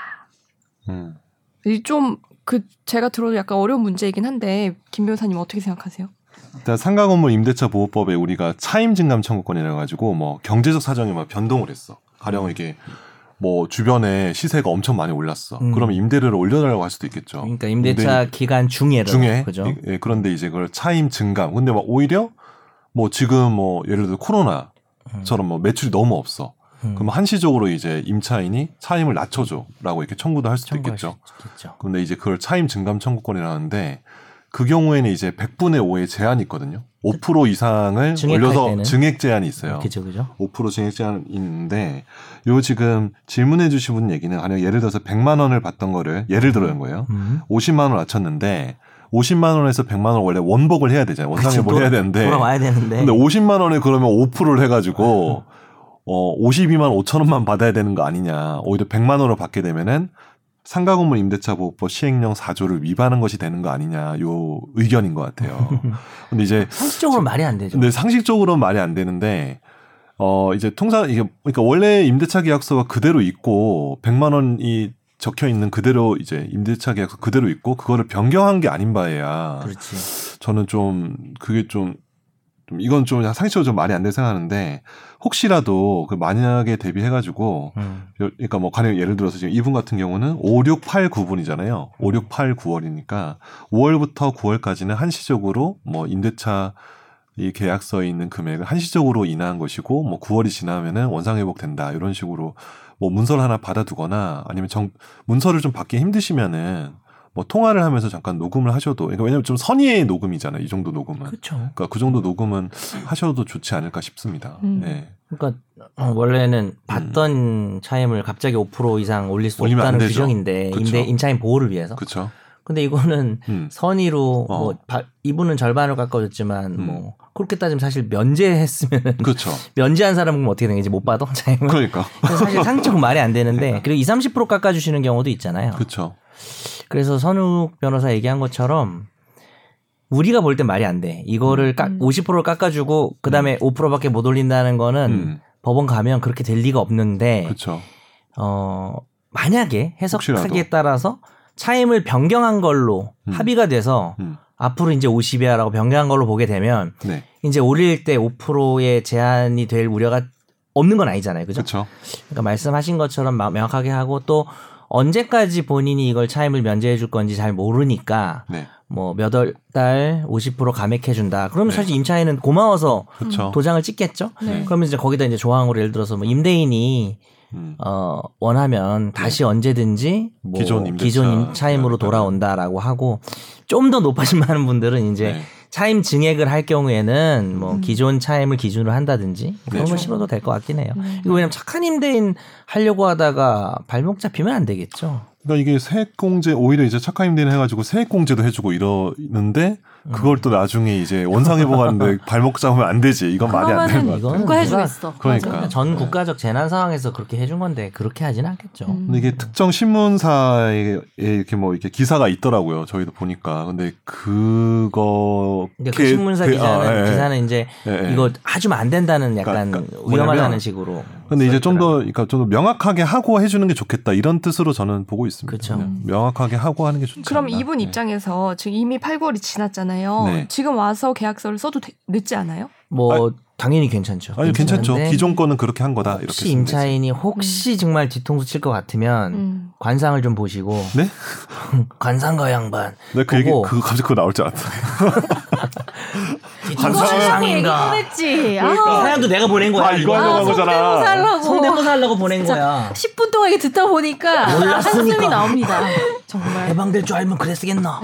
음. 이좀그 제가 들어도 약간 어려운 문제이긴 한데 김 변호사님 어떻게 생각하세요? 일단 상가 건물 임대차 보호법에 우리가 차임 증감 청구권이라 가지고 뭐 경제적 사정이 막 변동을 했어. 가령 이게 뭐 주변에 시세가 엄청 많이 올랐어. 음. 그럼 임대료를 올려달라고 할 수도 있겠죠. 그러니까 임대차 기간 네. 중에로 중에 네, 그죠? 예, 그런데 이제 그걸 차임 증감. 근데 막 오히려 뭐 지금 뭐 예를 들어 코로나처럼 뭐 매출이 너무 없어. 음. 그럼 한시적으로 이제 임차인이 차임을 낮춰줘라고 이렇게 청구도 할 수도 청구할 있겠죠. 수 있겠죠. 근데 이제 그걸 차임 증감 청구권이라는데 그 경우에는 이제 100분의 5의 제한이 있거든요. 5% 이상을 증액할 올려서 때는? 아, 증액 제한이 있어요. 그죠, 그죠? 5% 증액 제한이 있는데 요 지금 질문해 주신 분 얘기는 가령 예를 들어서 100만 원을 받던 거를 예를 들어는 거예요. 음. 50만 원 낮췄는데 50만 원에서 100만 원 원래 원복을 해야 되잖아요. 그치, 원상회복을 뭐 해야 되는데 돌아와야 되는데. 근데 50만 원에 그러면 5%를 해가지고 어 52만 5천 원만 받아야 되는 거 아니냐. 오히려 100만 원을 받게 되면은 상가 건물 임대차 보호법 시행령 4조를 위반한 것이 되는 거 아니냐. 요 의견인 것 같아요. 근데 이제 상식적으로 말이 안 되죠. 근데 상식적으로는 말이 안 되는데 어 이제 통상 이게 그러니까 원래 임대차 계약서가 그대로 있고 100만 원이 적혀 있는 그대로 이제 임대차 계약서 그대로 있고 그거를 변경한 게 아닌 바에야 그렇지. 저는 좀 그게 좀, 좀 이건 좀 상식적으로 좀 말이 안 될 생각하는데 혹시라도 그 만약에 대비해가지고 음. 여- 그러니까 뭐 가령 예를 들어서 지금 이분 같은 경우는 5, 6, 8, 9분이잖아요. 5, 6, 8, 9월이니까 5월부터 9월까지는 한시적으로 뭐 임대차 이 계약서에 있는 금액을 한시적으로 인하한 것이고 뭐 9월이 지나면은 원상 회복된다 이런 식으로 뭐 문서를 하나 받아두거나 아니면 정 문서를 좀 받기 힘드시면은 뭐 통화를 하면서 잠깐 녹음을 하셔도 그러니까 왜냐면 좀 선의의 녹음이잖아요 이 정도 녹음은 그렇죠. 그러니까 그 정도 녹음은 하셔도 좋지 않을까 싶습니다. 음. 예. 그러니까 어, 원래는 받던 차임을 갑자기 5% 이상 올릴 수 음. 올리면 안 없다는 되죠. 규정인데 그쵸. 임대 임차인 보호를 위해서. 그렇죠. 근데 이거는 음. 선의로 어. 뭐 바- 이분은 절반을 깎아줬지만 음. 뭐 그렇게 따지면 사실 면제했으면 그렇죠. 면제한 사람은 어떻게 되는지 못 받아 차임을. 그러니까 그래서 사실 상적으로 말이 안 되는데 그리고 2, 30% 깎아주시는 경우도 있잖아요. 그렇죠. 그래서 선욱 변호사 얘기한 것처럼 우리가 볼 땐 말이 안 돼. 이거를 깎, 50%를 깎아주고 그다음에 5%밖에 못 올린다는 거는 음. 법원 가면 그렇게 될 리가 없는데 그렇죠. 어 만약에 해석하기에 혹시라도. 따라서 차임을 변경한 걸로 음. 합의가 돼서 음. 앞으로 이제 50이야라고 변경한 걸로 보게 되면 네. 이제 올릴 때 5%의 제한이 될 우려가 없는 건 아니잖아요. 그죠? 그렇죠. 그러니까 말씀하신 것처럼 마- 명확하게 하고 또 언제까지 본인이 이걸 차임을 면제해 줄 건지 잘 모르니까 네. 뭐 몇 월 달 50% 감액해 준다. 그러면 네. 사실 임차인은 고마워서 그렇죠. 도장을 찍겠죠. 네. 그러면 이제 거기다 이제 조항으로 예를 들어서 뭐 임대인이 음. 어 원하면 다시 언제든지 뭐 네. 기존 임대차. 임으로 네. 돌아온다라고 하고 좀 더 높아진다는 분들은 이제 네. 차임 증액을 할 경우에는 뭐 음. 기존 차임을 기준으로 한다든지 그런 걸 그렇죠. 심어도 될 것 같긴 해요. 음. 이거 왜냐면 착한 임대인 하려고 하다가 발목 잡히면 안 되겠죠. 그러니까 이게 세액공제 오히려 이제 착한 임대인 해가지고 세액공제도 해주고 이러는데 그걸 음. 또 나중에 이제 원상회복하는데 발목 잡으면 안 되지. 이건 말이 안 되는 거 그러면은 같아요. 이건 누가 누가- 해주겠어? 그러니까. 맞아. 전 국가적 재난 상황에서 그렇게 해준 건데 그렇게 하진 않겠죠. 음. 근데 이게 특정 신문사에 이렇게 뭐 이렇게 기사가 있더라고요. 저희도 보니까 근데 그거 아, 예, 근데 그 신문사 기자는 기사는 이제 이거 해주면 안 된다는 약간 그러니까 위험하다는 뭐냐면 식으로. 근데 이제 좀 더 써있더라고요. 그러니까 좀 더 명확하게 하고 해주는 게 좋겠다 이런 뜻으로 저는 보고 있습니다. 그렇죠. 그냥 명확하게 하고 하는 게 네. 좋죠. 그럼 이분 네. 입장에서 지금 이미 8, 9월이 지나잖아요. 네. 지금 와서 계약서를 써도 되- 늦지 않아요? 뭐 당연히 괜찮죠. 아니 괜찮죠. 괜찮은데 기존 거는 그렇게 한 거다. 이렇게 네. 혹시 쓰면 되지. 임차인이 혹시 정말 뒤통수 칠 것 같으면 음. 관상을 좀 보시고 네? 관상가 양반 내가 그 얘기 보고 그 갑자기 그거 나올 줄 알았다. 관상을 뒤통수 이거는 얘기 음. 상인가? 꺼냈지. 이 아, 그러니까 사연도 내가 보낸 거야. 아, 이거 하려고 한 성대모사 거잖아. 하려고. 성대모사 하려고 보낸 거야. 10분 동안 이게 듣다 보니까 한숨이 나옵니다. 정말. 해방될 줄 알면 그랬겠나.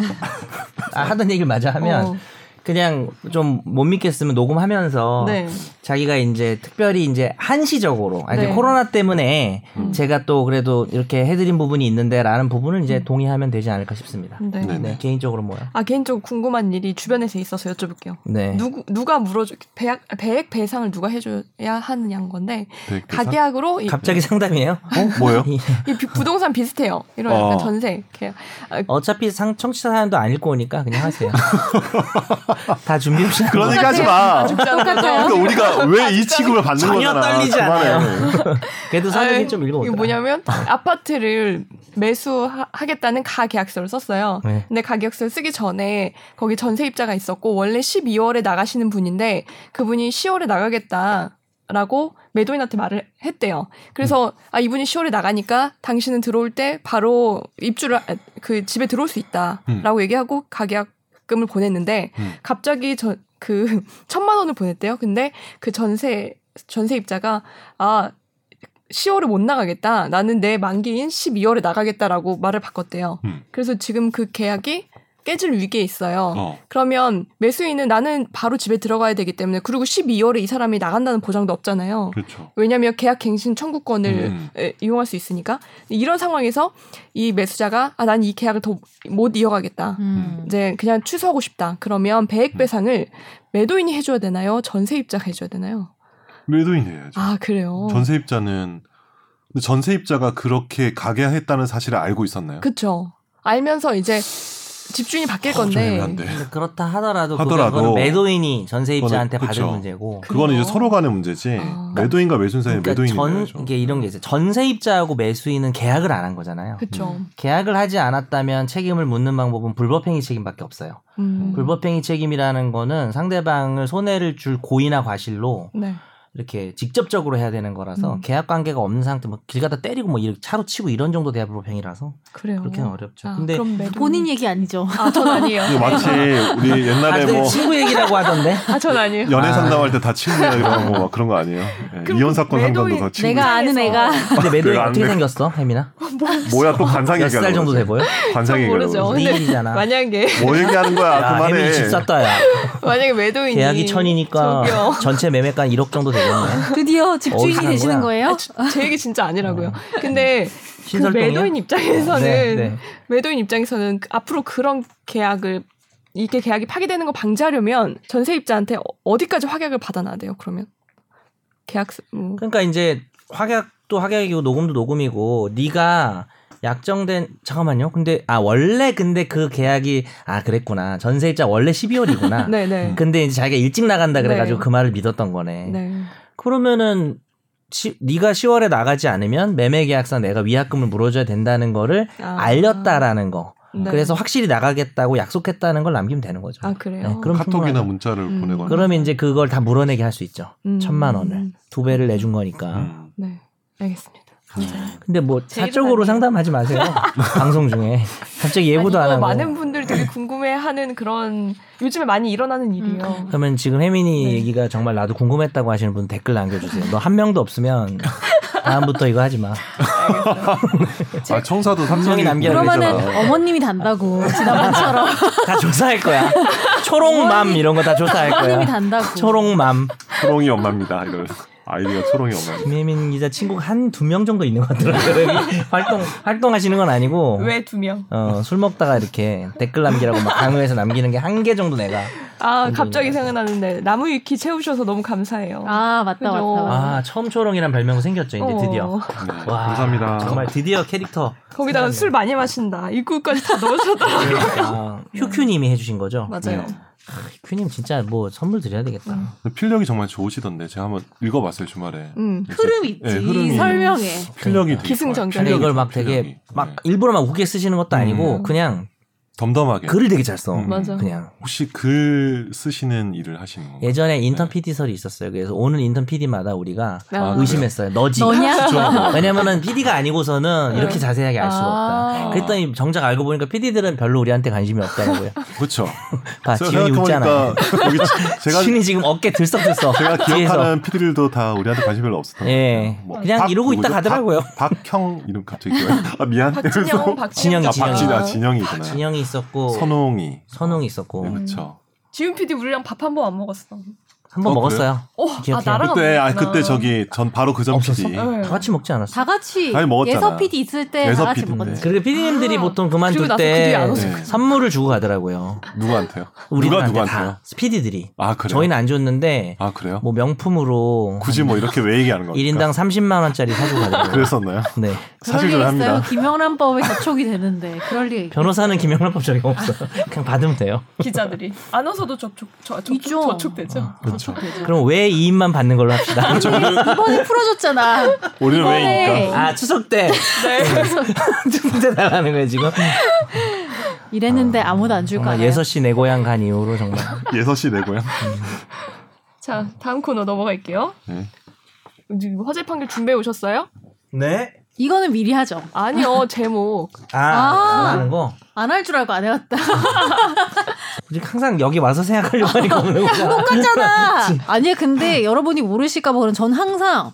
아, 하던 얘기를 마저 하면 어. 그냥 좀 못 믿겠으면 녹음하면서 네. 자기가 이제 특별히 이제 한시적으로 아니 이제 네. 코로나 때문에 음. 제가 또 그래도 이렇게 해드린 부분이 있는데라는 부분은 이제 동의하면 되지 않을까 싶습니다. 네. 네. 네, 개인적으로 뭐요? 아 개인적으로 궁금한 일이 주변에서 있어서 여쭤볼게요. 네. 누구 누가 물어줘 배약 배액 배상을 누가 해줘야 하는 양 건데 대액 배상? 가계약으로 이, 갑자기 상담이에요? 그 어? 뭐예요? 이 비- 부동산 비슷해요. 이런 어. 약간 전세 이렇게 어차피 상 청취자 사연도 안 읽고 오니까 그냥 하세요. 다 준비 없이 한 거. 그러니까 하지 마. 죽자는 거죠. 그러니까 우리가 왜 이 취급을 받는 전혀 거잖아. 떨리지 그만해. 네. 그래도 아이, 사연이 좀 이게 읽어보자. 뭐냐면 아파트를 매수하겠다는 가계약서를 썼어요. 네. 근데 가계약서를 쓰기 전에 거기 전세 입자가 있었고 원래 12월에 나가시는 분인데 그분이 10월에 나가겠다. 라고 매도인한테 말을 했대요. 음. 그래서 아 이분이 10월에 나가니까 당신은 들어올 때 바로 입주를 아, 그 집에 들어올 수 음. 있다라고 얘기하고 가계약금을 보냈는데 음. 갑자기 저 그 천만 원을 보냈대요. 근데 그 전세 전세 입자가 아 10월에 못 나가겠다. 나는 내 만기인 12월에 나가겠다라고 말을 바꿨대요. 음. 그래서 지금 그 계약이 깨질 위기에 있어요. 어. 그러면 매수인은 나는 바로 집에 들어가야 되기 때문에 그리고 12월에 이 사람이 나간다는 보장도 없잖아요. 그렇죠. 왜냐하면 계약 갱신 청구권을 음. 에, 이용할 수 있으니까 이런 상황에서 이 매수자가 아 난 이 계약을 더 못 이어가겠다. 음. 이제 그냥 취소하고 싶다. 그러면 배액 음. 배상을 매도인이 해줘야 되나요? 전세입자가 해줘야 되나요? 매도인 해야죠. 아 그래요. 전세입자는 근데 전세입자가 그렇게 가게했다는 사실을 알고 있었나요? 그쵸. 알면서 이제 집주인이 아, 바뀔 어, 좀 건데. 네. 애매한데. 근데 그렇다 하더라도, 하더라도. 그거는 매도인이 전세입자한테 그거는- 받은 그쵸. 문제고. 그러니까 그건 이제 그래요? 서로 간의 문제지. 아. 매도인과 매수인 사이에 매도인이 전 해야죠. 이게 이런 게 있어요. 전세입자하고 매수인은 계약을 안 한 거잖아요. 그쵸. 계약을 하지 않았다면 책임을 묻는 방법은 불법행위 책임밖에 없어요. 음. 불법행위 책임이라는 거는 상대방을 손해를 줄 고의나 과실로 네. 이렇게 직접적으로 해야 되는 거라서 음. 계약 관계가 없는 상태 뭐길 가다 때리고 뭐 이렇게 차로 치고 이런 정도 돼야 불법행위라서 그래요. 그렇게는 어렵죠. 아, 근데 그럼 매도... 본인 얘기 아니죠. 아, 전 아니에요. 이거 마치 우리 옛날에 다들 뭐 친구 얘기라고 하던데. 아, 전 아니에요. 연애 아. 상담할 때 다 친구야 이런 거막 그런 거 아니에요? 예, 그럼 이혼 사건 상담도 매도인- 다 친구. 내가 아는 애가 근데 매도인 그거 안 어떻게 돼. 생겼어, 혜민아? 뭐야 또 관상 몇 얘기하는 살 정도 거지? 돼 보여? 관상 전 얘기하는 모르죠. 거지. 네 근데 일이잖아. 만약에 뭐 얘기하는 거야 야, 혜민이 그만해. 집샀다 야. 만약에 매도인이 계약이 천이니까 저기요. 전체 매매가 1억 정도 되겠네. 드디어 어디서 집주인이 난 되시는 거야? 아, 거예요? 아, 제 얘기 진짜 아니라고요. 네. 근데 그 신설동이요? 매도인 입장에서는 네, 네. 매도인 입장에서는 그 앞으로 그런 계약을 이게 계약이 파기되는 거 방지하려면 전세입자한테 어- 어디까지 확약을 받아놔야 돼요? 그러면 계약 뭐, 그러니까 이제 확약도 확약이고 녹음도 녹음이고 네가 약정된 잠깐만요. 근데 아 원래 근데 그 계약이 아 그랬구나. 전세입자 원래 12월이구나. 네네 근데 이제 자기가 일찍 나간다 그래가지고 네. 그 말을 믿었던 거네. 네. 그러면은 시, 네가 10월에 나가지 않으면 매매 계약상 내가 위약금을 물어줘야 된다는 거를 아. 알렸다라는 거. 네. 그래서 확실히 나가겠다고 약속했다는 걸 남기면 되는 거죠. 아 그래요. 네, 그럼 카톡이나 충분하다. 문자를 음. 보내거나. 그러면 이제 그걸 다 물어내게 할 수 있죠. 음. 천만 원을 두 배를 내준 거니까. 음. 네, 알겠습니다. 감사합니다. 근데 뭐 제 일은 사적으로 아니에요. 상담하지 마세요. 방송 중에 갑자기 예고도 안 아니, 하고. 이거 많은 분들이 되게 궁금해하는 그런 요즘에 많이 음. 일어나는 일이에요. 그러면 지금 혜민이 네. 얘기가 정말 나도 궁금했다고 하시는 분 댓글 남겨주세요. 너 한 명도 없으면 다음부터 이거 하지 마. 아 청사도 삼성이 삼성이 남겨야 그러면은 되잖아. 어머님이 단다고 지난번처럼 다 조사할 거야. 초롱맘 이런 거 다 조사할 어머님이 거야. 단다고. 초롱맘. 초롱이 엄마입니다. 이런 아이디가 초롱이 엄마입니다. 김혜민 기자 친구가 한 두 명 정도 있는 것 같더라고요. 여기 활동 활동하시는 건 아니고. 왜 두 명? 어, 술 먹다가 이렇게 댓글 남기라고 막 강요해서 남기는 게 한 개 정도 내가 아 갑자기 생각나는데 나무 위키 채우셔서 너무 감사해요. 아 맞다 그죠. 맞다. 맞다. 아 처음 초롱이란 별명이 생겼죠 이제 어. 드디어 네, 와, 감사합니다. 정말 드디어 캐릭터 거기다가 술 많이 마신다. 입구까지 다 넣으셨다. 아, 휴큐님이 해주신 거죠? 네. 맞아요. 휴큐님 진짜 뭐 선물 드려야 되겠다. 필력이 정말 좋으시던데 제가 한번 읽어봤어요 주말에. 음. 흐름 있지. 예, 흐름이. 설명해. 필력이 되게 기승전결. 좋아요. 이걸 막 되게 필력이. 막 네. 일부러 막 웃게 쓰시는 것도 아니고 그냥 덤덤하게. 글을 되게 잘 써. 음. 맞아. 그냥 혹시 글 쓰시는 일을 하시는 어, 건가요? 예전에 인턴 네. PD설이 있었어요. 그래서 오는 인턴 PD마다 우리가 아. 의심했어요. 너지. 너냐? 왜냐면은 PD가 아니고서는 이렇게 자세하게 알 수가 네. 아. 없다. 그랬더니 정작 알고 보니까 PD들은 별로 우리한테 관심이 없다고요. 그렇죠. 봐, 지훈이 웃잖아. 생각해보니까 여기 지- 제가 지훈이 지금 어깨 들썩들썩. 제가 뒤에서. 기억하는 피디들도 다 우리한테 관심 별로 없었던 것 예. 같아요. 뭐 그냥 박- 이러고 있다 누구죠? 가더라고요. 박, 박형 이름 갑자기 기억이 안 나. 아 미안. 박진영, 박진영. 진영이, 아 진영이. 음. 박진 아 진영이구나. 진영이 있었고 선홍이. 선홍이 있었고 그렇죠. 아, 지윤 PD 우리랑 밥 한 번 안 먹었어. 한 번 어, 먹었어요. 어, 아 기억해요. 나랑 안 그때 아 먹었구나. 그때 저기 전 바로 그전 없었어? PD 네. 다 같이 먹지 않았어. 다 요 음. 같이 아니, 먹었잖아. 예서 PD 있을 때 다 예서 같이 PD 인데. 먹었지. 그리고 피디님들이 아, 보통 그리고 그만둘 나서 그 뒤에 안 때 오셨구나. 네. 선물을 주고 가더라고요. 누구한테요? 누가 우리한테 누구한테요? 다 피디들이. 아 그래요? 저희는 안 줬는데 아 그래요? 뭐 명품으로 굳이 뭐 이렇게 왜 얘기하는 겁니까? 1인당 30만 원짜리 사주고 가더라고요. 그랬었나요? 네. 사실 그럴 리 있어요. 그합니다 김영란법에 저촉이 되는데 그럴 리 변호사는 김영란법 자리가 없어요. 그냥 받으면 돼요. 기자들이 안 와서도 접촉 저, 저, 있죠. 저촉되죠. 그렇죠. 그럼 왜 2인만 받는 걸로 합시다. 이번에 풀어줬잖아. 우리는 이번에 왜이니까? 아 추석 때 네. 네. 추석 때 나가는 거예요 지금. 이랬는데 아무도 안 줄 정말 거예요. 예서 씨 내 고향 간 이후로 정말 예서 씨 내고요. 자 다음 코너 넘어갈게요. 네. 지금 화재 판결 준비해 오셨어요? 네. 이거는 미리 하죠. 아니요 제목. 아, 안 하는 거. 안 할 줄 알고 안 해왔다. 우리 항상 여기 와서 생각하려고 하니까 오는 거잖아. 똑같잖아. 아니 근데 여러분이 모르실까 봐 그런 전 항상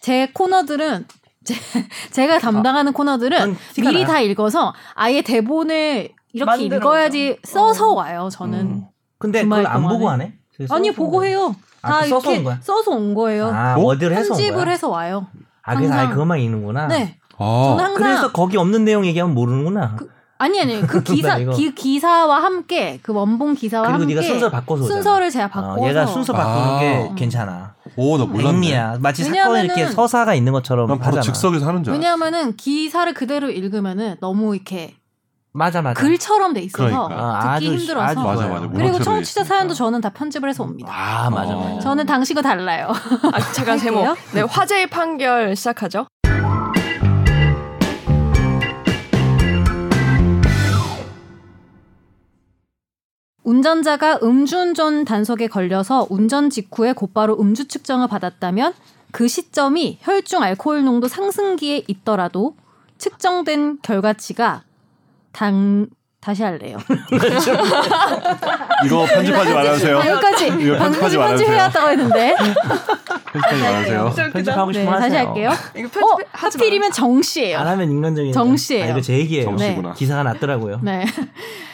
제 코너들은 제, 제가 담당하는 코너들은 전 그러니까. 티가 미리 나요. 다 읽어서 아예 대본을 이렇게 만들어 읽어야지 써서 와요. 저는 음. 근데 주말 그걸 안 동안에. 보고 하네. 아니 보고 해요. 아, 다 그 써서 이렇게 온 거야? 써서 온 거예요. 아 뭐? 워드를 해서 온 편집을 거야. 해서 와요. 아 그래서 아예 항상. 그것만 읽는구나. 네. 아, 저는 항상 그래서 거기 없는 내용 얘기하면 모르는구나. 그- 아니 아니 그 기사 이거. 기, 기사와 함께 그 원본 기사와 그리고 함께 네가 순서를 바꿔서 오잖아. 순서를 제가 어, 바꿔서 얘가 순서 바꾸는 아. 게 괜찮아. 오나 몰랐네. 백미야. 마치 사건에 왜냐면은- 이렇게 서사가 있는 것처럼 난 바로 하잖아. 즉석에서 하는 줄 알았어. 왜냐하면은 기사를 그대로 읽으면은 너무 이렇게 맞아 맞아. 글처럼 돼 있어서 그러니까. 아, 듣기 아주- 힘들어서 아주 맞아, 좋아요. 맞아. 문어체로 그리고 돼 청취자 있으니까. 사연도 저는 다 편집을 해서 옵니다. 아 맞아 어. 맞아. 저는 당신과 달라요. 아, 제가 제목. 할게요. 네 화재의 판결 시작하죠. 운전자가 음주운전 단속에 걸려서 운전 직후에 곧바로 음주 측정을 받았다면 그 시점이 혈중 알코올 농도 상승기에 있더라도 측정된 결과치가 당 다시 할래요. 이거 편집하지 말아주세요. 아, 여기까지 이거 방금 편집하지 말아주세요. 편집해왔다고 했는데 편집하지 말아주세요. 진짜 웃기다. 편집하고 네, 싶으면 다시 하세요. 할게요. 이거 편집 어 하지 마. 하필이면 정씨예요. 안 하면 인간적인 정씨예요. 아, 이거 제 얘기예요. 정씨구나. 기사가 났더라고요. 네.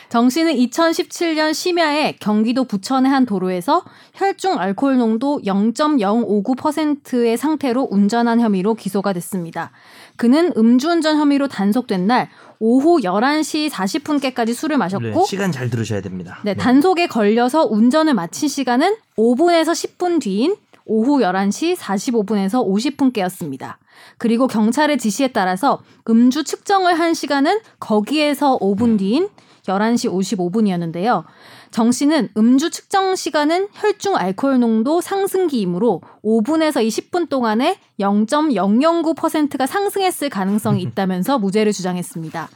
정 씨는 2017년 심야에 경기도 부천의 한 도로에서 혈중 알코올 농도 0.059%의 상태로 운전한 혐의로 기소가 됐습니다. 그는 음주운전 혐의로 단속된 날 오후 11시 40분께까지 술을 네, 마셨고 시간 잘 들으셔야 됩니다. 네, 단속에 걸려서 운전을 마친 시간은 5분에서 10분 뒤인 오후 11시 45분에서 50분께였습니다. 그리고 경찰의 지시에 따라서 음주 측정을 한 시간은 거기에서 5분 뒤인 11시 55분이었는데요. 정 씨는 음주 측정 시간은 혈중 알코올 농도 상승기이므로 5분에서 20분 동안에 0.009%가 상승했을 가능성이 있다면서 무죄를 주장했습니다.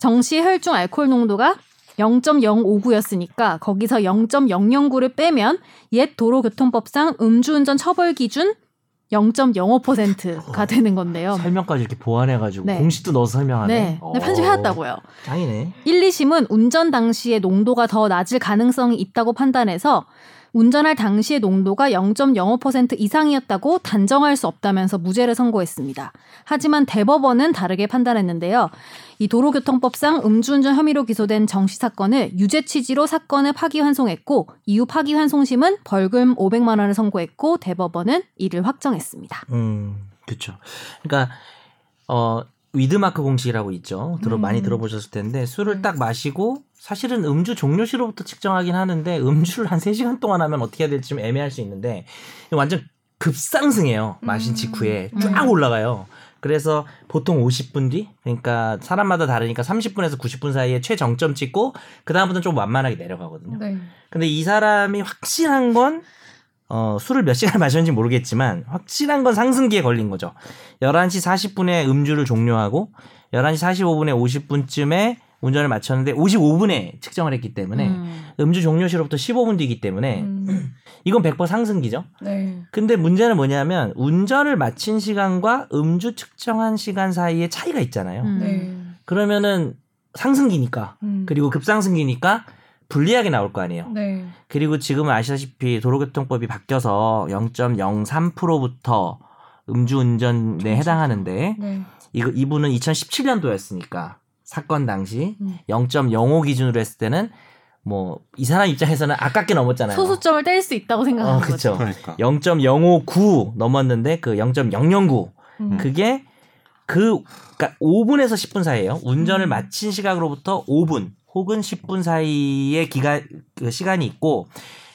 정 씨의 혈중 알코올 농도가 0.059였으니까 거기서 0.009를 빼면 옛 도로교통법상 음주운전 처벌 기준 0.05%가 되는 건데요. 설명까지 이렇게 보완해가지고 네. 공식도 넣어서 설명하네. 네, 어, 네, 편집해왔다고요. 짱이네. 1, 2심은 운전 당시의 농도가 더 낮을 가능성이 있다고 판단해서 운전할 당시의 농도가 0.05% 이상이었다고 단정할 수 없다면서 무죄를 선고했습니다. 하지만 대법원은 다르게 판단했는데요. 이 도로교통법상 음주운전 혐의로 기소된 정 씨 사건을 유죄 취지로 사건을 파기환송했고 이후 파기환송심은 벌금 500만 원을 선고했고 대법원은 이를 확정했습니다. 음, 그렇죠. 그러니까 어 위드마크 공식이라고 있죠. 들어 많이 음. 들어보셨을 텐데 술을 딱 마시고 사실은 음주 종료시로부터 측정하긴 하는데 음주를 한 3시간 동안 하면 어떻게 해야 될지 좀 애매할 수 있는데 완전 급상승해요. 마신 음. 직후에 음. 쫙 올라가요. 그래서 보통 50분 뒤 그러니까 사람마다 다르니까 30분에서 90분 사이에 최정점 찍고 그다음부터는 좀 만만하게 내려가거든요. 네. 근데 이 사람이 확실한 건 어, 술을 몇 시간 마셨는지 모르겠지만 확실한 건 상승기에 걸린 거죠. 11시 40분에 음주를 종료하고 11시 45분에 50분쯤에 운전을 마쳤는데 55분에 측정을 했기 때문에 음. 음. 주 종료 시로부터 15분 뒤이기 때문에 음, 이건 100% 상승기죠. 네. 근데 문제는 뭐냐면 운전을 마친 시간과 음주 측정한 시간 사이에 차이가 있잖아요. 음. 네. 그러면은 상승기니까 음. 그리고 급상승기니까 불리하게 나올 거 아니에요. 네. 그리고 지금 아시다시피 도로교통법이 바뀌어서 0.03%부터 음주운전에 해당하는데 네. 이거 이분은 2017년도였으니까 사건 당시 음. 0.05 기준으로 했을 때는 뭐 이 사람 입장에서는 아깝게 넘었잖아요. 소수점을 뗄 수 있다고 생각하는 어, 거죠. 그쵸. 그러니까. 0.059 넘었는데 그 0.009 음. 그게 그 그러니까 5분에서 10분 사이에요. 운전을 음. 마친 시각으로부터 5분 혹은 10분 사이의 기간 그 시간이 있고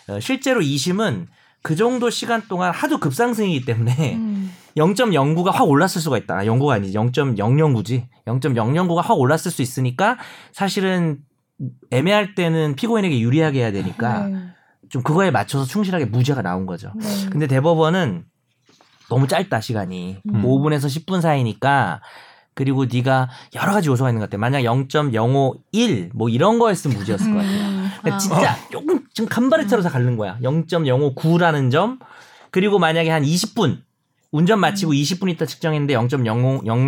어, 실제로 2심은 그 정도 시간 동안 하도 급상승이기 때문에 음. 0.09가 확 올랐을 수가 있다. 0.09가 아니지. 0.009지. 0.009가 확 올랐을 수 있으니까 사실은 애매할 때는 피고인에게 유리하게 해야 되니까 좀 그거에 맞춰서 충실하게 무죄가 나온 거죠. 네. 네. 근데 대법원은 너무 짧다 시간이 음. 5분에서 10분 사이니까 그리고 네가 여러 가지 요소가 있는 것 같아. 만약 0.051 뭐 이런 거였으면 무죄였을 것 같아요. 음. 그러니까 진짜 어. 조금 지금 간바리차로 다 갈른 거야. 0.059라는 점 그리고 만약에 한 20분 운전 마치고 20분 있다 측정했는데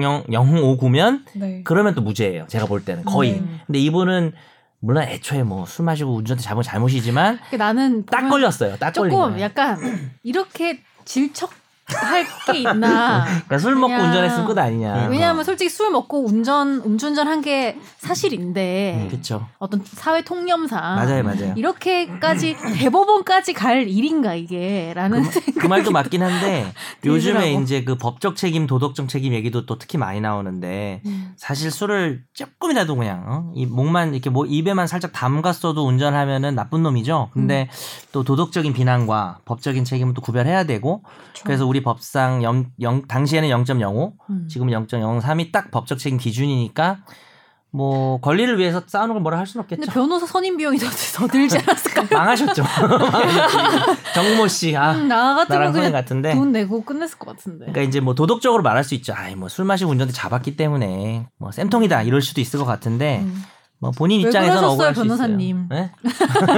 0.00059면 네. 그러면 또 무죄예요. 제가 볼 때는 거의. 음. 근데 이분은 물론 애초에 뭐 술 마시고 운전도 잘못 잘못이지만 그러니까 나는 딱 보면 걸렸어요. 딱 걸린 조금 거예요. 약간 이렇게 질척할 게 있나. 그러니까 술 먹고 그냥- 운전했으면 끝 네. 아니냐. 왜냐하면 솔직히 술 먹고 운전 음주운전 한 게 사실인데 음. 그렇죠. 어떤 사회 통념상 맞아요, 맞아요. 이렇게까지 대법원까지 갈 일인가 이게라는 생각. 그 말도 맞긴 한데 요즘에 들더라고. 이제 그 법적 책임, 도덕적 책임 얘기도 또 특히 많이 나오는데 음. 사실 술을 조금이라도 그냥 어? 이 목만 이렇게 뭐 입에만 살짝 담갔어도 운전하면은 나쁜 놈이죠. 근데 음. 또 도덕적인 비난과 법적인 책임은 또 구별해야 되고 그래서 우리 법상 영, 영- 당시에는 0.05 음. 지금 0.03이 딱 법적 책임 기준이니까 뭐 권리를 위해서 싸우는 걸 뭐라 할 수는 근데 없겠죠. 변호사 선임 비용이 더, 더 들지 않았을까? 망하셨죠. 정모 씨, 아 음, 나 같으면 나랑 선생 그냥 같은데. 돈 내고 끝냈을 것 같은데. 그러니까 이제 뭐 도덕적으로 말할 수 있죠. 아이 뭐 술 마시고 운전대 잡았기 때문에 뭐 쌤통이다 이럴 수도 있을 것 같은데 음. 뭐 본인 왜 입장에서는 그러셨어요, 억울할 수 변호사님? 있어요.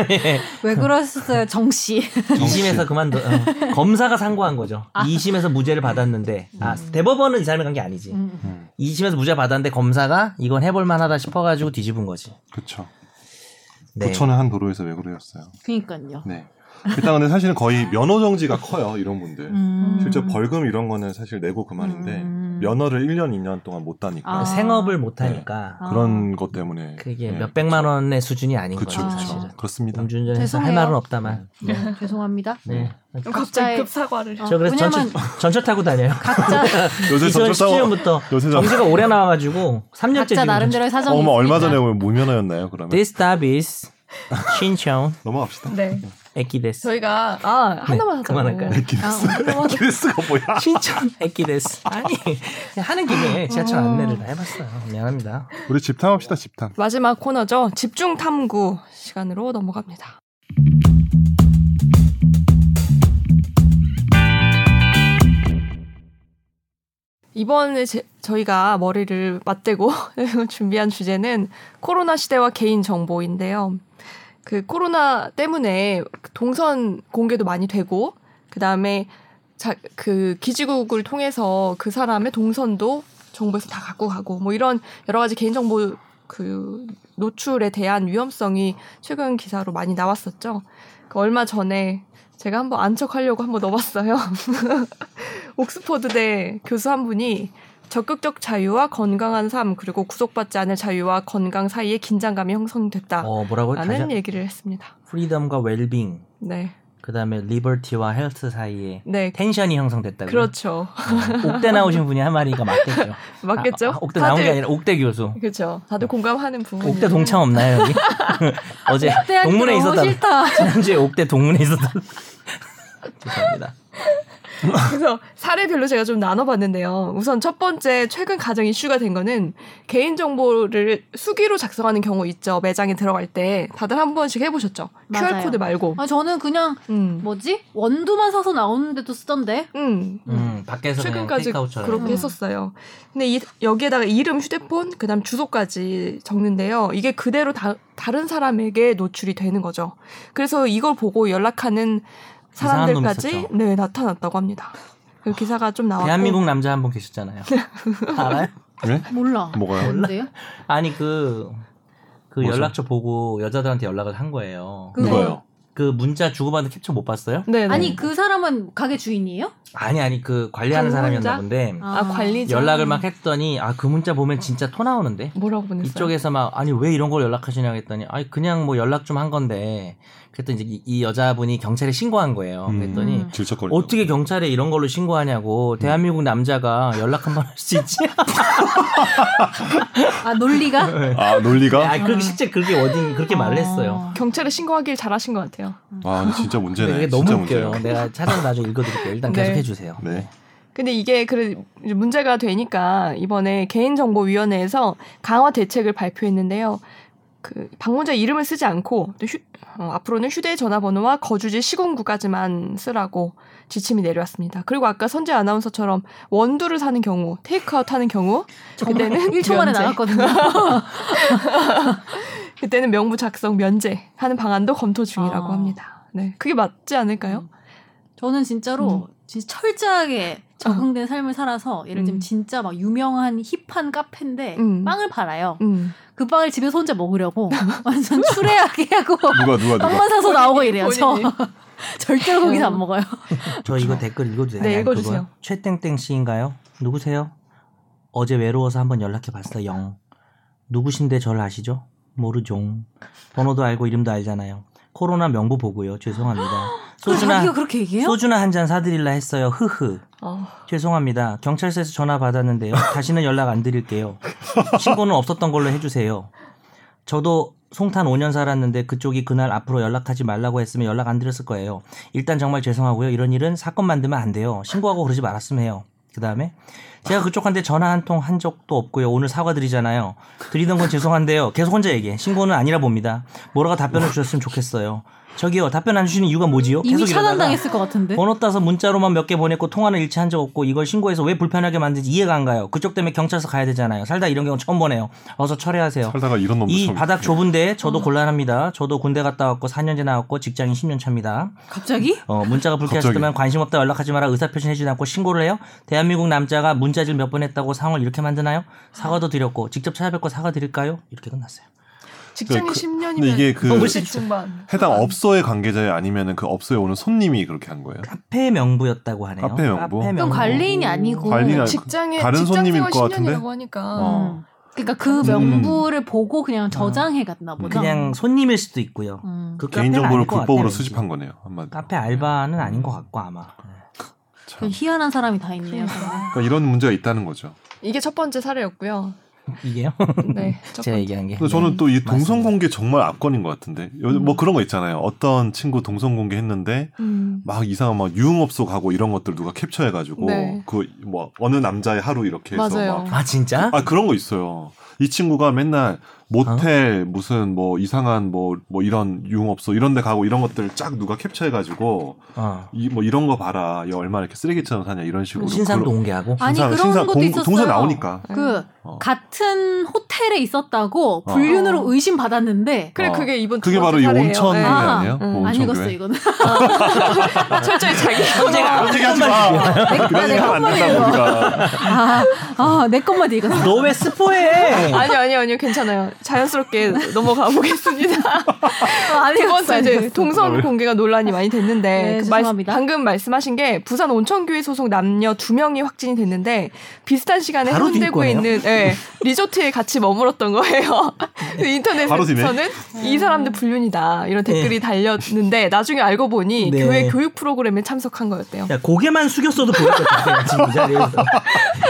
네? 왜 그러셨어요, 정 씨? 2심에서 그만둬 어. 검사가 상고한 거죠. 아. 2심에서 무죄를 받았는데 아 대법원은 이 사람이 간 게 아니지. 음. 음, 2심에서 무죄 받았는데 검사가 이건 해볼 만하다 싶어가지고 뒤집은 거지. 그렇죠. 네. 부천의 한 도로에서 왜 그러셨어요? 그러니까요. 네. 일단 근데 사실은 거의 면허 정지가 커요 이런 분들. 음. 실제 벌금 이런 거는 사실 내고 그만인데 음. 면허를 1년 2년 동안 못 따니까 아. 생업을 못 하니까 아. 그런 것 때문에 그게 예, 몇 백만 원의 수준이 아닌 그쵸 거죠 그쵸 사실은. 그렇습니다. 음주운전해서 할 죄송해요. 말은 없다만. 네. 음, 죄송합니다. 네. 갑자기 급 사과를. 어, 저 그래서 왜냐면 전철, 전철 타고 다녀요. 각자 요새 전철 타고 2017년부터 요새 전 정지가 오래 나와가지고 3년째 각자 지금 나름대로의 사정이 어머 얼마 있습니다. 전에 보면 무면허였나요 그러면? This stop is 신청 넘어갑시다. 네. 에키데스 저희가 아 하나만 하자고. 네. 그만할까요? 아, 기네스가 뭐야? 신청 에키데스 아니 그냥 하는 아. 김에 지하철 안내를 다 해봤어요 미안합니다 우리 집탐합시다 집탐. 마지막 코너죠. 집중 탐구 시간으로 넘어갑니다. 이번에 제- 저희가 머리를 맞대고 준비한 주제는 코로나 시대와 개인 정보인데요. 그 코로나 때문에 동선 공개도 많이 되고 그다음에 자, 그 기지국을 통해서 그 사람의 동선도 정부에서 다 갖고 가고 뭐 이런 여러 가지 개인 정보 그 노출에 대한 위험성이 최근 기사로 많이 나왔었죠. 그 얼마 전에 제가 한번 안척하려고 한번 넣어봤어요. 옥스퍼드대 교수 한 분이 적극적 자유와 건강한 삶 그리고 구속받지 않을 자유와 건강 사이에 긴장감이 아, 형성됐다라는 어 뭐라고 다시 얘기를 했습니다. 프리덤과 웰빙 네, 그 다음에 리버티와 헬스 사이에 네, 텐션이 형성됐다고 그렇죠, 옥대 나오신 분이 한 말이니까 맞겠죠 맞겠죠? 아, 아, 옥대 나온 게 아니라 옥대 교수 그렇죠. 다들 공감하는 부분. 옥대 동참 없나요 여기? 어제 대학교 동문회 음. 너무 있었다 싫다. 지난주에 옥대 동문회 있었다 죄송합니다 그래서 사례별로 제가 좀 나눠봤는데요. 우선 첫 번째 최근 가장 이슈가 된 거는 개인정보를 수기로 작성하는 경우 있죠. 매장에 들어갈 때 다들 한 번씩 해보셨죠. 맞아요. QR코드 말고. 아, 저는 그냥 음. 뭐지 원두만 사서 나오는데도 쓰던데. 음. 음, 밖에서 그냥 최근까지 테이크아웃처럼 그렇게 음. 했었어요. 근데 이, 여기에다가 이름, 휴대폰, 그다음 주소까지 적는데요. 이게 그대로 다, 다른 사람에게 노출이 되는 거죠. 그래서 이걸 보고 연락하는 이상한 놈 사람들까지 있었죠. 네 나타났다고 합니다. 그 기사가 좀 나왔고 대한민국 남자 한 분 계셨잖아요. 알아요? 네? 몰라. 뭐가요? 뭔데요? 아니 그 그 뭐죠? 연락처 보고 여자들한테 연락을 한 거예요. 그거 누가요? 그 문자 주고받는 캡처 못 봤어요? 네. 네. 아니 그 사람은 가게 주인이에요? 아니 아니 그 관리하는 방문자? 사람이었나 본데 아 음. 관리자 연락을 막 했더니 아 그 문자 보면 진짜 토 나오는데 뭐라고 보냈어요? 이쪽에서 막 아니 왜 이런 걸 연락하시냐 했더니 아니 그냥 뭐 연락 좀 한 건데 그랬더니 이제 이, 이 여자분이 경찰에 신고한 거예요. 음. 어, 그랬더니 음. 질척거리고. 어떻게 경찰에 이런 걸로 음. 신고하냐고 대한민국 남자가 연락 한 번 할 수 있지? 아 논리가 아 논리가? 아 그렇게 실제 그게 어딘 아. 그렇게 말을 아, 했어요. 경찰에 신고하길 잘하신 것 같아요. 아 근데 진짜 문제네. 근데 이게 진짜 너무 웃겨요. 문제예요. 내가 찾아서 나중에 읽어드릴게요. 일단 네. 계속 해주세요. 네. 근데 이게 그 이제 문제가 되니까 이번에 개인정보위원회에서 강화 대책을 발표했는데요. 그 방문자 이름을 쓰지 않고 또 휴- 어, 앞으로는 휴대전화번호와 거주지 시군구까지만 쓰라고 지침이 내려왔습니다. 그리고 아까 선재 아나운서처럼 원두를 사는 경우, 테이크아웃 하는 경우 정말 그때는 1초 만에 면제. 나갔거든요. 그때는 명부 작성 면제하는 방안도 검토 중이라고 아. 합니다. 네, 그게 맞지 않을까요? 음. 저는 진짜로 진짜 철저하게 적응된 삶을 살아서 예를 들면 어. 음. 진짜 막 유명한 힙한 카페인데 음. 빵을 팔아요. 음. 그 빵을 집에서 혼자 먹으려고 완전 추레하게 하고 누가 누가 누가? 빵만 사서 나오고 이래요. 저 본인이. 절대로 거기서 안 먹어요. 네, 저 이거 댓글 읽어도 되나요? 네, 읽어주세요. 그거? 최땡땡 씨인가요? 누구세요? 어제 외로워서 한번 연락해 봤어. 영. 누구신데 절 아시죠? 모르죠. 번호도 알고 이름도 알잖아요. 코로나 명부 보고요. 죄송합니다. 그걸 자기가 소주나 그렇게 얘기해요? 소주나 한 잔 사드릴라 했어요. 흐흐. 어. 죄송합니다. 경찰서에서 전화 받았는데요. 다시는 연락 안 드릴게요. 신고는 없었던 걸로 해주세요. 저도 송탄 5년 살았는데 그쪽이 그날 앞으로 연락하지 말라고 했으면 연락 안 드렸을 거예요. 일단 정말 죄송하고요. 이런 일은 사건 만들면 안 돼요. 신고하고 그러지 말았으면 해요. 그 다음에 제가 그쪽한테 전화 한 통 한 적도 없고요. 오늘 사과드리잖아요. 드리던 건 죄송한데요. 계속 혼자 얘기해. 신고는 아니라 봅니다. 뭐라고 답변을 주셨으면 좋겠어요. 저기요. 답변 안 주시는 이유가 뭐지요? 이미 계속 이러다가 차단당했을 것 네? 같은데. 번호 따서 문자로만 몇 개 보냈고 통화는 일치한 적 없고 이걸 신고해서 왜 불편하게 만든지 이해가 안 가요. 그쪽 때문에 경찰서 가야 되잖아요. 살다 이런 경우 처음 보네요. 어서 철회하세요. 살다가 이런 놈도 이 처음 네. 바닥 있어요. 좁은데 저도 곤란합니다. 저도 군대 갔다 왔고 4년제 나왔고 직장인 10년 차입니다. 갑자기? 어, 문자가 불쾌하셨다면 관심 없다 연락하지 마라 의사표시 해주지 않고 신고를 해요? 대한민국 남자가 문자질 몇 번 했다고 상황을 이렇게 만드나요? 사과도 드렸고 직접 찾아뵙고 사과드릴까요? 이렇게 끝났어요. 직장인 그- 10년이면 근데 이게 그 너무 중반. 해당 업소의 관계자에 아니면은 그 업소에 오는 손님이 그렇게 한 거예요. 카페 명부였다고 하네요. 카페 명부? 그럼 관리인이 아니고. 관리인 아니- 뭐 직장에 네, 그 다른 직장 손님일 생활 것 같은데? 10년이라고 하니까 어. 음. 그러니까 그 명부를 보고 음. 그냥 저장해 갔나 보다. 그냥 손님일 수도 있고요. 음. 그 카페는 개인정보를 아닐 것 불법으로 같아요, 수집한 거네요. 한마디. 카페 알바는 아닌 것 같고 아마 그 참. 희한한 사람이 다 있네요. 정말. 그러니까 이런 문제가 있다는 거죠. 이게 첫 번째 사례였고요. 이게요. 네, 첫 제가 번째. 얘기한 게 근데 저는 또 이 동성 네, 맞습니다. 음. 공개 정말 압권인 것 같은데 요- 뭐 그런 거 있잖아요. 어떤 친구 동성 공개 했는데 음. 막 이상한 막 유흥업소 가고 이런 것들 누가 캡처해가지고 네. 그 뭐 어느 남자의 하루 이렇게 해서 맞아요. 막 아 진짜? 아 그런 거 있어요. 이 친구가 맨날 모텔 무슨 뭐 이상한 뭐 뭐 이런 유흥업소 이런 데 가고 이런 것들 쫙 누가 캡처해가지고 어. 이 뭐 이런 거 봐라. 얘 얼마나 이렇게 쓰레기처럼 사냐 이런 식으로 신상도 그런- 공개하고 아니 신상- 그런 신상 것도 공- 있었어요. 동선 나오니까. 음. 그 어. 같은 호텔에 있었다고 어. 불륜으로 어. 의심 받았는데 그래 어. 그게 이번 두 그게 번째 바로 이 사례예요. 온천 네. 얘기 아, 아니에요? 음. 온천 안 읽었어 교회. 이거는. 철저히 자기 아무 얘기하지 마. 아, 그런 얘기 하면 안 것만 된다고 읽어. 우리가. 아내 것만 읽었어. 너왜 스포해? 아니요 아니요 아니요 괜찮아요. 자연스럽게 넘어가 보겠습니다. 안 두 읽었어. 번째 이제 아, 동선 공개가 논란이 많이 됐는데 네, 그 말- 죄송합니다. 방금 말씀하신 게 부산 온천교회 소속 남녀 두 명이 확진이 됐는데 비슷한 시간에 바로 뒤일 해운대구에 거예요? 네. 있는 예, 리조트에 같이 머물었던 거예요. 그 바로 뒤네. 인터넷에서는 이 사람들 불륜이다 이런 댓글이 달렸는데 나중에 알고 보니 네. 교회 교육 프로그램에 참석한 거였대요. 야 고개만 숙였어도 보일 것 같아요 지금 이 자리에서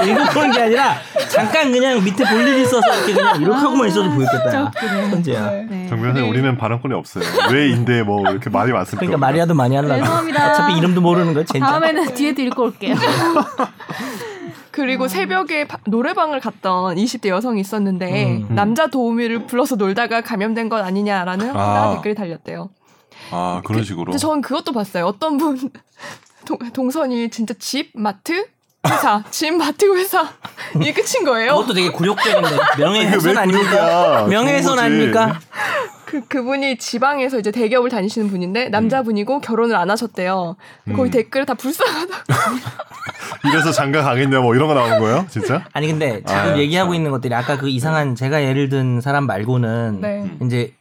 일곱 그런 게 아니라 잠깐 그냥 밑에 볼일 있어서 이렇게 그냥 이렇게 하고만 있어도 보였겠다. 선재야. 네. 정변사 우리는 발언권이 없어요. 왜 인데 뭐 이렇게 말이 많습니까? 그러니까 말이라도 많이 하려고. 죄송합니다. 어차피 이름도 모르는 거 젠장. 다음에는 뒤에도 읽고 올게요. 그리고 아. 새벽에 바- 노래방을 갔던 20대 여성이 있었는데 음. 남자 도우미를 불러서 놀다가 감염된 건 아니냐라는 황당한 댓글이 달렸대요. 아 그런 식으로. 근데 전 그것도 봤어요. 어떤 분 동, 선이 진짜 집 마트 회사 집 마트 회사 이게 끝인 거예요. 그것도 되게 굴욕적인데 이게 명예훼손 왜 아닙니까? 굴욕이야? 좋은 명예훼손 거지. 아닙니까? 그 그분이 지방에서 이제 대기업을 다니시는 음. 분인데 남자분이고 결혼을 안 하셨대요. 거기 음. 댓글 다 불쌍하다. 이래서 장가 가겠냐 뭐 이런 거 나오는 거예요? 진짜? 아니 근데 지금 아유, 얘기하고 참. 있는 것들이 아까 그 이상한 제가 예를 든 사람 말고는 네. 이제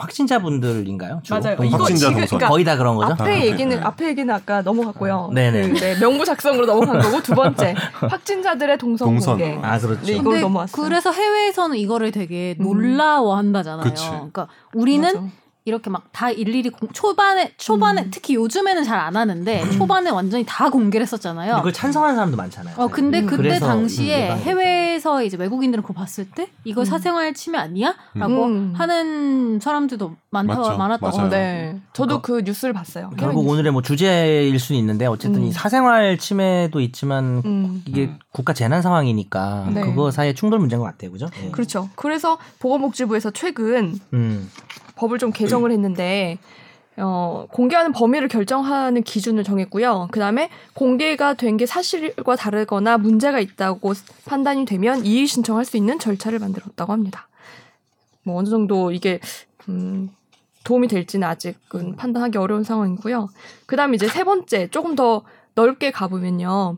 확진자분들인가요? 주로? 맞아요. 동선? 이거 확진자 지금 동선. 그러니까 거의 다 그런 거죠? 앞에 얘기는 네. 앞에 얘기는 아까 넘어갔고요. 네네. 그, 네, 명부 작성으로 넘어간 거고 두 번째 확진자들의 동선 동선. 공개. 아, 그렇죠. 네, 이거- 이걸 근데 넘어왔어요. 그래서 해외에서는 이거를 되게 음. 놀라워한다잖아요. 그치. 그러니까 우리는 맞아. 이렇게 막 다 일일이 공- 초반에 초반에 음. 특히 요즘에는 잘 안 하는데 초반에 완전히 다 공개를 했었잖아요. 이걸 찬성하는 사람도 많잖아요. 어 근데 음. 그때 그래서 음, 당시에 일반인. 해외에서 이제 외국인들은 그거 봤을 때 이거 음. 사생활 침해 아니야?라고 음. 하는 사람들도 많다 맞죠. 많았다고 맞아요. 네, 저도 그 뉴스를 봤어요. 그러니까 결국 오늘의 뭐 주제일 수는 있는데 어쨌든 음. 이 사생활 침해도 있지만 음. 이게 음. 국가 재난 상황이니까 네. 그거 사이에 충돌 문제인 것 같아요, 그죠? 예. 그렇죠. 그래서 보건복지부에서 최근 음. 법을 좀 개정을 했는데 어, 공개하는 범위를 결정하는 기준을 정했고요. 그다음에 공개가 된 게 사실과 다르거나 문제가 있다고 판단이 되면 이의 신청할 수 있는 절차를 만들었다고 합니다. 뭐 어느 정도 이게 음, 도움이 될지는 아직은 판단하기 어려운 상황이고요. 그다음에 이제 세 번째 조금 더 넓게 가보면요.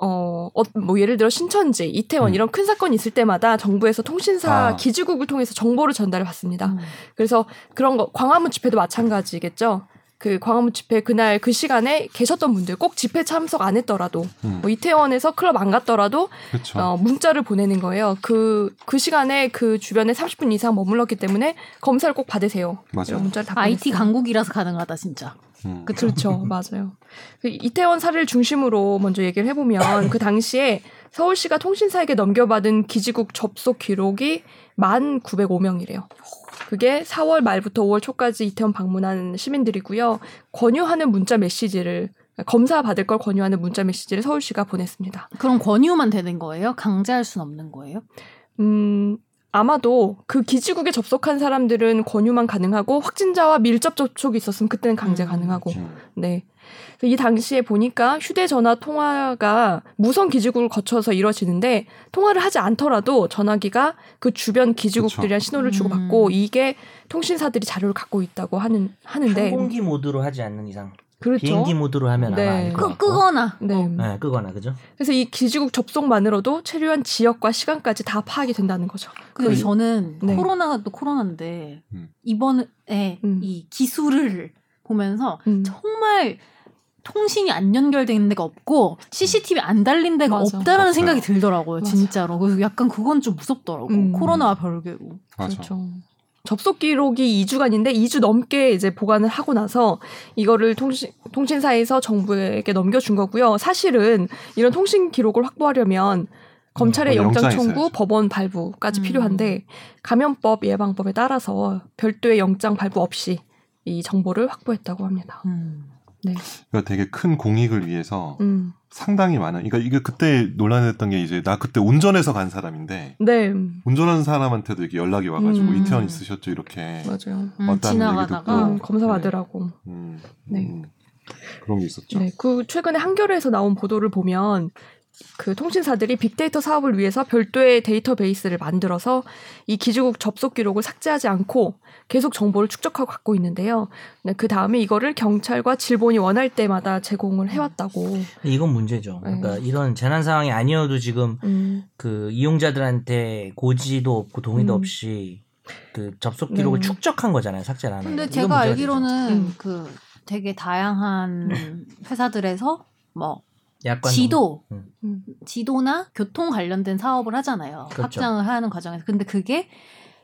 어, 어, 뭐 예를 들어 신천지, 이태원 음. 이런 큰 사건이 있을 때마다 정부에서 통신사 아. 기지국을 통해서 정보를 전달을 받습니다. 음. 그래서 그런 거 광화문 집회도 마찬가지겠죠. 그 광화문 집회 그날 그 시간에 계셨던 분들 꼭 집회 참석 안 했더라도 음, 뭐 이태원에서 클럽 안 갔더라도 그렇죠. 어, 문자를 보내는 거예요. 그 그 시간에 그 주변에 30분 이상 머물렀기 때문에 검사를 꼭 받으세요. 맞아요. 이런 문자를 다 IT 보냈어요. 강국이라서 가능하다 진짜. 음. 그렇죠. 맞아요. 그 이태원 사례를 중심으로 먼저 얘기를 해보면 그 당시에 서울시가 통신사에게 넘겨받은 기지국 접속 기록이 1,905명이래요. 그게 4월 말부터 5월 초까지 이태원 방문한 시민들이고요. 권유하는 문자 메시지를 검사 받을 걸 권유하는 문자 메시지를 서울시가 보냈습니다. 그럼 권유만 되는 거예요? 강제할 순 없는 거예요? 음, 아마도 그 기지국에 접속한 사람들은 권유만 가능하고 확진자와 밀접 접촉이 있었으면 그때는 강제 음. 가능하고 음. 네. 그래서 이 당시에 보니까 휴대전화 통화가 무선 기지국을 거쳐서 이루어지는데 통화를 하지 않더라도 전화기가 그 주변 기지국들이랑 신호를 음. 주고받고 이게 통신사들이 자료를 갖고 있다고 하는 하는데 항공기 모드로 하지 않는 이상 그렇죠. 비행기 모드로 하면 네. 아마 알것 끄, 같고. 끄거나 네. 네, 끄거나 그죠? 그래서 이 기지국 접속만으로도 체류한 지역과 시간까지 다 파악이 된다는 거죠. 근데 저는 네. 코로나가 또 코로나인데 음. 이번에 음. 이 기술을 보면서 음. 정말 통신이 안 연결되는 데가 없고 CCTV 안 달린 데가 맞아. 없다라는 없어요. 생각이 들더라고요 맞아. 진짜로 그래서 약간 그건 좀 무섭더라고 음. 코로나와 별개로 맞아. 그렇죠. 접속 기록이 2주간인데 2주 넘게 이제 보관을 하고 나서 이거를 통신 통신사에서 정부에게 넘겨준 거고요. 사실은 이런 통신 기록을 확보하려면 검찰의 음, 영장 영장이 청구, 있어야죠. 법원 발부까지 음. 필요한데 감염법 예방법에 따라서 별도의 영장 발부 없이 이 정보를 확보했다고 합니다. 음. 그러니까 되게 큰 공익을 위해서 음. 상당히 많은. 그러니까 이게 그때 논란했던 게 이제 나 그때 운전해서 간 사람인데 네. 음, 운전하는 사람한테도 이렇게 연락이 와가지고 음. 이태원 있으셨죠 이렇게. 맞아요. 음, 왔다는 지나가다가 얘기 음, 듣고. 검사 받으라고. 음, 네. 음. 그런 게 있었죠. 그렇죠. 네, 그 최근에 한겨레에서 나온 보도를 보면 그 통신사들이 빅데이터 사업을 위해서 별도의 데이터베이스를 만들어서 이 기지국 접속 기록을 삭제하지 않고 계속 정보를 축적하고 갖고 있는데요. 그 다음에 이거를 경찰과 질본이 원할 때마다 제공을 해왔다고. 근데 이건 문제죠. 그러니까 네. 이런 재난 상황이 아니어도 지금 음, 그 이용자들한테 고지도 없고 동의도 음. 없이 그 접속 기록을 네. 축적한 거잖아요. 삭제를 안 하는. 근데 거. 이건 제가 문제가 알기로는 음. 그 되게 다양한 회사들에서 뭐 되죠. 약관 지도 음. 지도나 교통 관련된 사업을 하잖아요. 그렇죠. 확장을 하는 과정에서. 근데 그게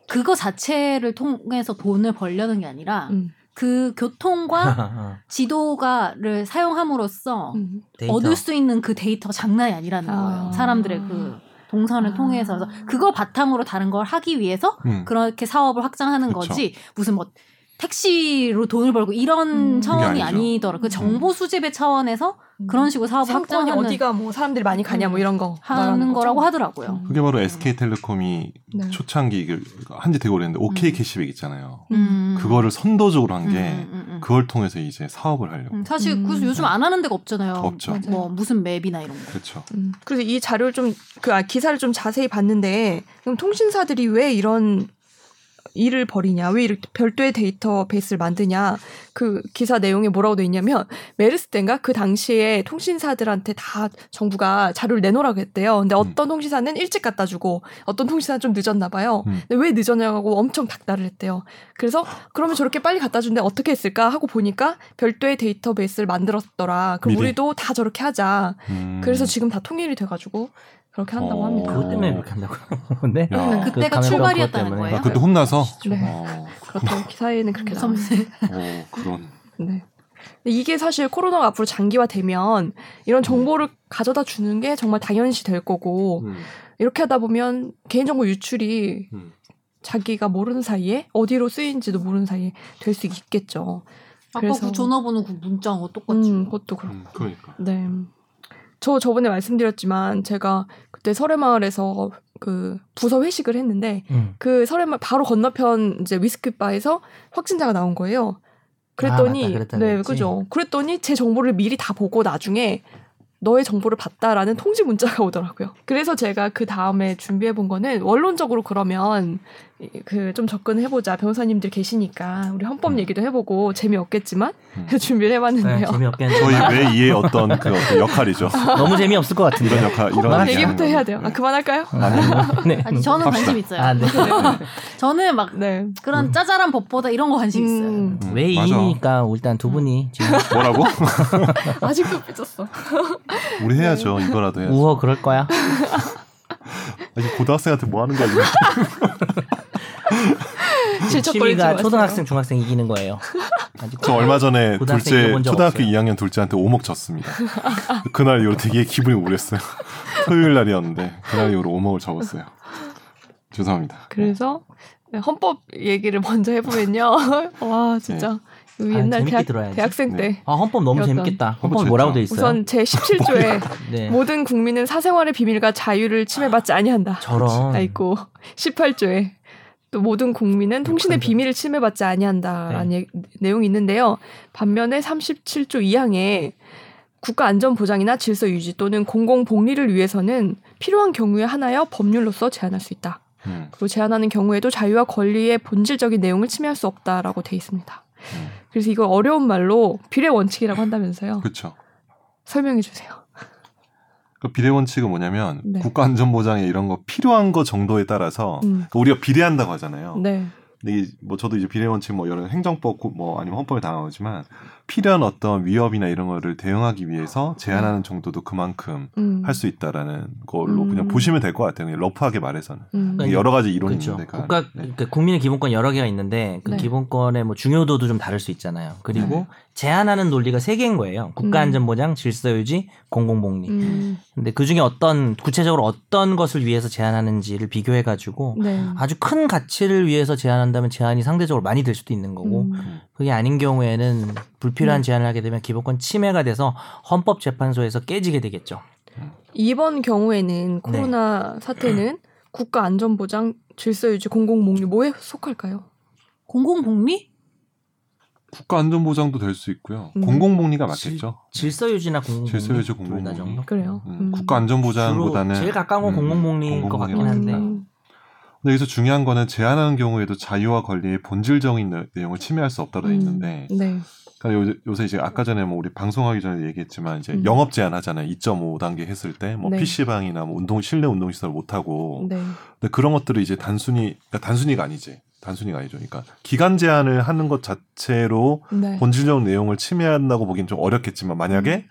그거 자체를 통해서 돈을 벌려는 게 아니라 음, 그 교통과 아, 지도가를 사용함으로써 음. 데이터. 얻을 수 있는 그 데이터가 장난이 아니라는 아. 거예요. 사람들의 그 동선을 아. 통해서 그래서 그걸 바탕으로 다른 걸 하기 위해서 음. 그렇게 사업을 확장하는 그쵸. 거지 무슨 뭐 택시로 돈을 벌고 이런 음. 차원이 그게 아니죠. 아니더라. 그 음. 정보 수집의 차원에서 그런 식으로 사업을 상권이 확장하는 음. 어디가 뭐 사람들이 많이 가냐 뭐 이런 거 말하는 하는 거라고 거죠? 하더라고요. 음. 그게 바로 SK텔레콤이 네. 초창기 이게 한지 되게 오래됐는데 OK 음. 캐시백 있잖아요. 음. 그거를 선도적으로 한 게 음, 음, 음. 그걸 통해서 이제 사업을 하려고. 음, 사실 음. 그래서 요즘 안 하는 데가 없잖아요. 없죠. 맞아요. 뭐 무슨 맵이나 이런 거. 그렇죠. 음, 그래서 이 자료를 좀, 그, 아, 기사를 좀 자세히 봤는데, 그럼 통신사들이 왜 이런 일을 벌이냐, 왜 이렇게 별도의 데이터베이스를 만드냐, 그 기사 내용에 뭐라고 돼 있냐면, 메르스 때인가 그 당시에 통신사들한테 다 정부가 자료를 내놓으라고 했대요. 음. 근데 어떤 통신사는 일찍 갖다 주고, 어떤 통신사는 좀 늦었나 봐요. 음. 근데 왜 늦었냐고 엄청 닥달을 했대요. 그래서 그러면 저렇게 빨리 갖다 준데 어떻게 했을까 하고 보니까 별도의 데이터베이스를 만들었더라. 그럼 미리. 우리도 다 저렇게 하자. 음. 그래서 지금 다 통일이 돼가지고 그렇게 한다고 어. 합니다. 그것 때문에 그렇게 한다고. 근데 야. 네. 그 그때가 가면 출발이었다는 그것 때문에. 거예요. 아, 그때 혼나서 네. 어, 그렇다고 기사에는 그렇게 나와요. 무섭네. 어, 그런 네. 근데 이게 사실 코로나가 앞으로 장기화되면 이런 정보를 가져다 주는 게 정말 당연시 될 거고 음, 이렇게 하다 보면 개인정보 유출이 음. 자기가 모르는 사이에 어디로 쓰이는지도 모르는 사이에 될 수 있겠죠. 아까 그래서- 그 전화번호 그 문자하고 똑같지. 음, 그것도 그렇고. 음, 그러니까. 네. 저 저번에 말씀드렸지만 제가 그때 설해마을에서 그 부서 회식을 했는데 음. 그 설해마을 바로 건너편 이제 위스키바에서 확진자가 나온 거예요. 그랬더니 아, 맞다. 그랬다 네, 그랬지. 그죠. 그랬더니 제 정보를 미리 다 보고 나중에 너의 정보를 봤다라는 통지 문자가 오더라고요. 그래서 제가 그 다음에 준비해 본 거는 원론적으로 그러면 그 좀 접근해 보자. 변호사님들 계시니까 우리 헌법 얘기도 해보고 재미없겠지만 음. 준비를 해봤는데요. 음. 네, 재미없겠는데. 저희 외의 어떤 그 어떤 역할이죠. 너무 재미없을 것 같은데. 이런 역할 이런 헌법 그만하자. 얘기부터 해야 돼요. 아, 네. 그만할까요? 네. 아니 저는 갑시다. 관심 있어요. 아, 네. 음. 저는 막 네. 그런 짜잘한 법보다 이런 거 관심 있어요. 음, 음, 왜 맞아. 이니까 일단 두 분이 지금 뭐라고? 아직도 삐졌어. 우리 해야죠. 이거라도 해야죠. 우어 그럴 거야. 아니, 고등학생한테 뭐 하는 거야, 이거. 질척거리지 취미가 마세요. 초등학생 중학생 이기는 거예요. 아직 저 얼마 전에 고등학생 둘째 이겨본 적 초등학교 없어요. 2학년 둘째한테 오목 졌습니다. 그날 이후로 되게 기분이 우울했어요. 토요일 날이었는데 그날 이후로 오목을 접었어요. 죄송합니다. 그래서 네, 헌법 얘기를 먼저 해보면요. 와 진짜 이거 아, 옛날 재밌게 대학, 들어야지. 대학생 네. 때 아 헌법 너무 어떤- 재밌겠다. 헌법 헌법 뭐라고 돼 재밌죠. 있어요? 우선 제 17조에 네. 모든 국민은 사생활의 비밀과 자유를 침해받지 아니한다. 저런. 아 있고 18조에 또 모든 네, 국민은 통신의 욕한다. 비밀을 침해받지 네. 아니한다라는 얘- 내용이 있는데요. 반면에 37조 2항에 국가 안전 보장이나 질서 유지 또는 공공 복리를 위해서는 필요한 경우에 하나여 법률로서 제한할 수 있다. 음, 그리고 제한하는 경우에도 자유와 권리의 본질적인 내용을 침해할 수 없다라고 돼 있습니다. 음. 그래서 이걸 어려운 말로 비례 원칙이라고 한다면서요. 그렇죠. 설명해 주세요. 그 비례 원칙은 뭐냐면 네. 국가 안전 보장에 이런 거 필요한 거 정도에 따라서 음. 그러니까 우리가 비례한다고 하잖아요. 네. 근데 이게 뭐 저도 이제 비례 원칙 뭐 여러 행정법 고- 뭐 아니면 헌법에 당하지만 필요한 어떤 위협이나 이런 거를 대응하기 위해서 제한하는 정도도 그만큼 음. 할 수 있다라는 걸로 음. 그냥 보시면 될 것 같아요. 그냥 러프하게 말해서는. 음. 네. 여러 가지 이론이 그렇죠. 있는데 그 국가 안에. 네. 그러니까 국민의 기본권 여러 개가 있는데 그 네. 기본권의 뭐 중요도도 좀 다를 수 있잖아요. 그리고 네. 제한하는 논리가 세 개인 거예요. 음. 국가안전보장, 질서유지, 공공복리. 음. 근데 그 중에 어떤 구체적으로 어떤 것을 위해서 제한하는지를 비교해 가지고 네. 아주 큰 가치를 위해서 제한한다면 제한이 상대적으로 많이 될 수도 있는 거고 음. 그게 아닌 경우에는 불필요한 음. 제한을 하게 되면 기본권 침해가 돼서 헌법재판소에서 깨지게 되겠죠. 이번 네. 경우에는 코로나 사태는 국가 안전 보장, 질서 유지, 공공 목리 뭐에 속할까요? 공공복리? 국가 안전 보장도 될 수 있고요. 음. 공공복리가 맞겠죠. 질서유지나 공공복리 질서유지, 둘다 공공복리. 정도? 그래요. 음, 음. 국가 안전 보장보다는 주로 제일 가까운 건 공공복리일 것 같긴 공공복리가 네, 한데. 맞다. 음. 근데 여기서 중요한 거는 제한하는 경우에도 자유와 권리의 본질적인 내- 내용을 침해할 수 없다고 돼 음. 있는데 네. 그러니까 요- 요새 이제 아까 전에 뭐 우리 방송하기 전에 얘기했지만 이제 음. 영업 제한하잖아요. 2.5 단계 했을 때뭐 네. PC 방이나 뭐 운동 실내 운동 시설 못 하고 네. 근데 그런 것들을 이제 단순히 그러니까 단순히가 아니지. 단순히가 아니죠. 그러니까 기간 제한을 하는 것 자체로 네. 음. 본질적 내용을 침해한다고 보긴 좀 어렵겠지만 만약에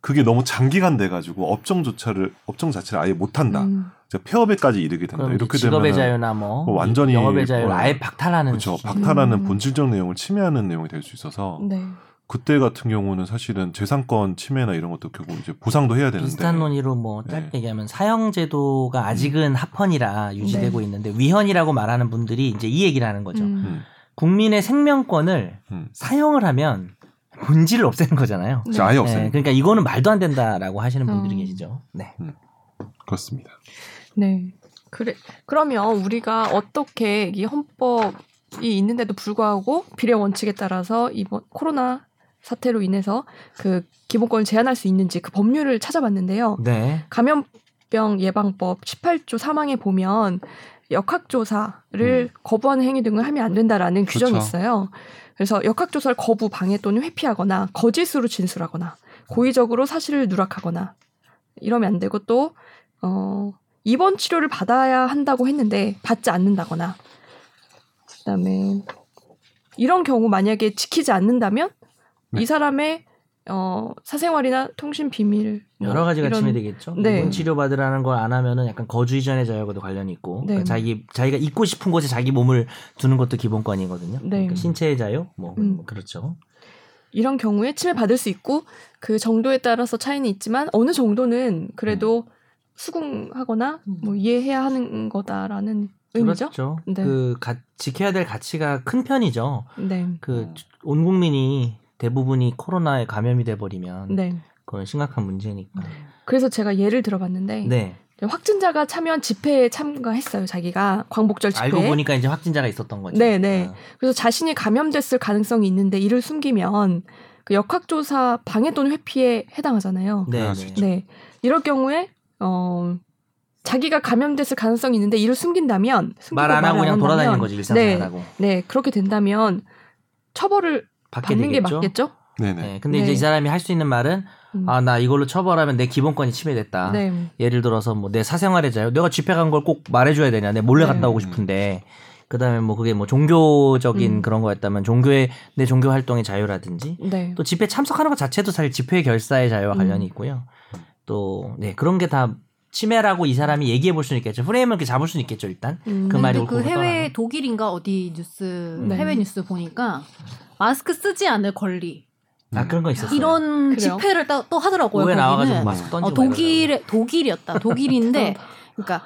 그게 너무 장기간 돼 가지고 업종 조차를 업종 자체를 아예 못 한다. 음. 이제 폐업에까지 네, 이르게 된다. 그럼 이제 이렇게 음, 직업의 되면 자유나 뭐 뭐 완전히 영업의 자유 를 뭐 아예 박탈하는 그렇죠. 수준. 박탈하는 음. 본질적 내용을 침해하는 내용이 될 수 있어서 네. 그때 같은 경우는 사실은 재산권 침해나 이런 것도 결국 이제 보상도 해야 되는데 비슷한 논의로 뭐 네. 음. 짧게 얘기하면 사형 제도가 아직은 합헌이라 유지되고 네. 있는데 위헌이라고 말하는 분들이 이제 이 얘기를 하는 거죠. 음. 음, 국민의 생명권을 음. 사형을 하면 본질을 없애는 거잖아요. 네. 진짜 아예 없어요. 네, 그러니까 이거는 말도 안 된다라고 하시는 분들이 음. 계시죠. 네. 그렇습니다. 네. 그래 그러면 우리가 어떻게 이 헌법이 있는데도 불구하고 비례 원칙에 따라서 이번 뭐 코로나 사태로 인해서 그 기본권을 제한할 수 있는지 그 법률을 찾아봤는데요. 네. 감염병 예방법 18조 3항에 보면 음. 역학조사를 거부하는 행위 등을 하면 안 된다라는 규정이 그렇죠. 있어요. 그래서 역학조사를 거부, 방해 또는 회피하거나 거짓으로 진술하거나 고의적으로 사실을 누락하거나 이러면 안 되고 또 어, 입원 치료를 받아야 한다고 했는데 받지 않는다거나 그다음에 이런 경우 만약에 지키지 않는다면 네. 이 사람의 어, 사생활이나 통신 비밀 뭐 여러 가지가 이런- 침해되겠죠. 네. 입원 치료 받으라는 걸 안 하면은 약간 거주 이전의 자유와도 관련이 있고 네. 그러니까 자기 자기가 있고 싶은 곳에 자기 몸을 두는 것도 기본권이거든요. 네. 그러니까 신체의 자유 뭐 음. 그렇죠. 이런 경우에 침해 받을 수 있고 그 정도에 따라서 차이는 있지만 어느 정도는 그래도 음. 수긍하거나 음. 뭐 이해해야 하는 거다라는 의미죠. 그렇죠. 네. 그 가- 지켜야 될 가치가 큰 편이죠. 네. 그 온 국민이 대부분이 코로나에 감염이 돼 버리면 네. 그건 심각한 문제니까. 그래서 제가 예를 들어봤는데 네. 확진자가 참여한 집회에 참가했어요. 자기가 광복절 집회에. 알고 보니까 이제 확진자가 있었던 거죠. 그렇죠. 네, 네. 아. 그래서 자신이 감염됐을 가능성이 있는데 이를 숨기면 그 역학조사 방해 또는 회피에 해당하잖아요. 네, 아, 네. 진짜. 네. 이럴 경우에 어 자기가 감염됐을 가능성이 있는데 이를 숨긴다면 숨기고 말안 말을 하고 그냥 한다면, 돌아다니는 거지 일상생활 네. 하고 네, 그렇게 된다면 처벌을 받게 받는 게 되겠죠. 맞겠죠? 네네. 네. 근데 네. 이제 이 사람이 할 수 있는 말은 음. 아 나 이걸로 처벌하면 내 기본권이 침해됐다. 네. 예를 들어서 뭐 내 사생활의 자유, 내가 집회 간 걸 꼭 말해줘야 되냐, 내 몰래 네. 갔다 오고 싶은데. 그다음에 뭐 그게 뭐 종교적인 음. 그런 거였다면 종교의 내 종교 활동의 자유라든지 네. 또 집회 참석하는 것 자체도 사실 집회 결사의 자유와 음. 관련이 있고요. 또 네 그런 게 다 침해라고 이 사람이 얘기해 볼 수는 있겠죠. 프레임을 이렇게 잡을 수는 있겠죠 일단. 음. 그 말- 말이 근데 그 옳고 해외 떠나는. 독일인가 어디 뉴스 음. 네. 해외 뉴스 보니까 마스크 쓰지 않을 권리 아 그런 거 있었어요. 이런 그래요? 집회를 따- 또 하더라고요. 오해 나와가지고 거기는. 마스크 던지고 어, 독일에 독일이었다. 독일인데 그러니까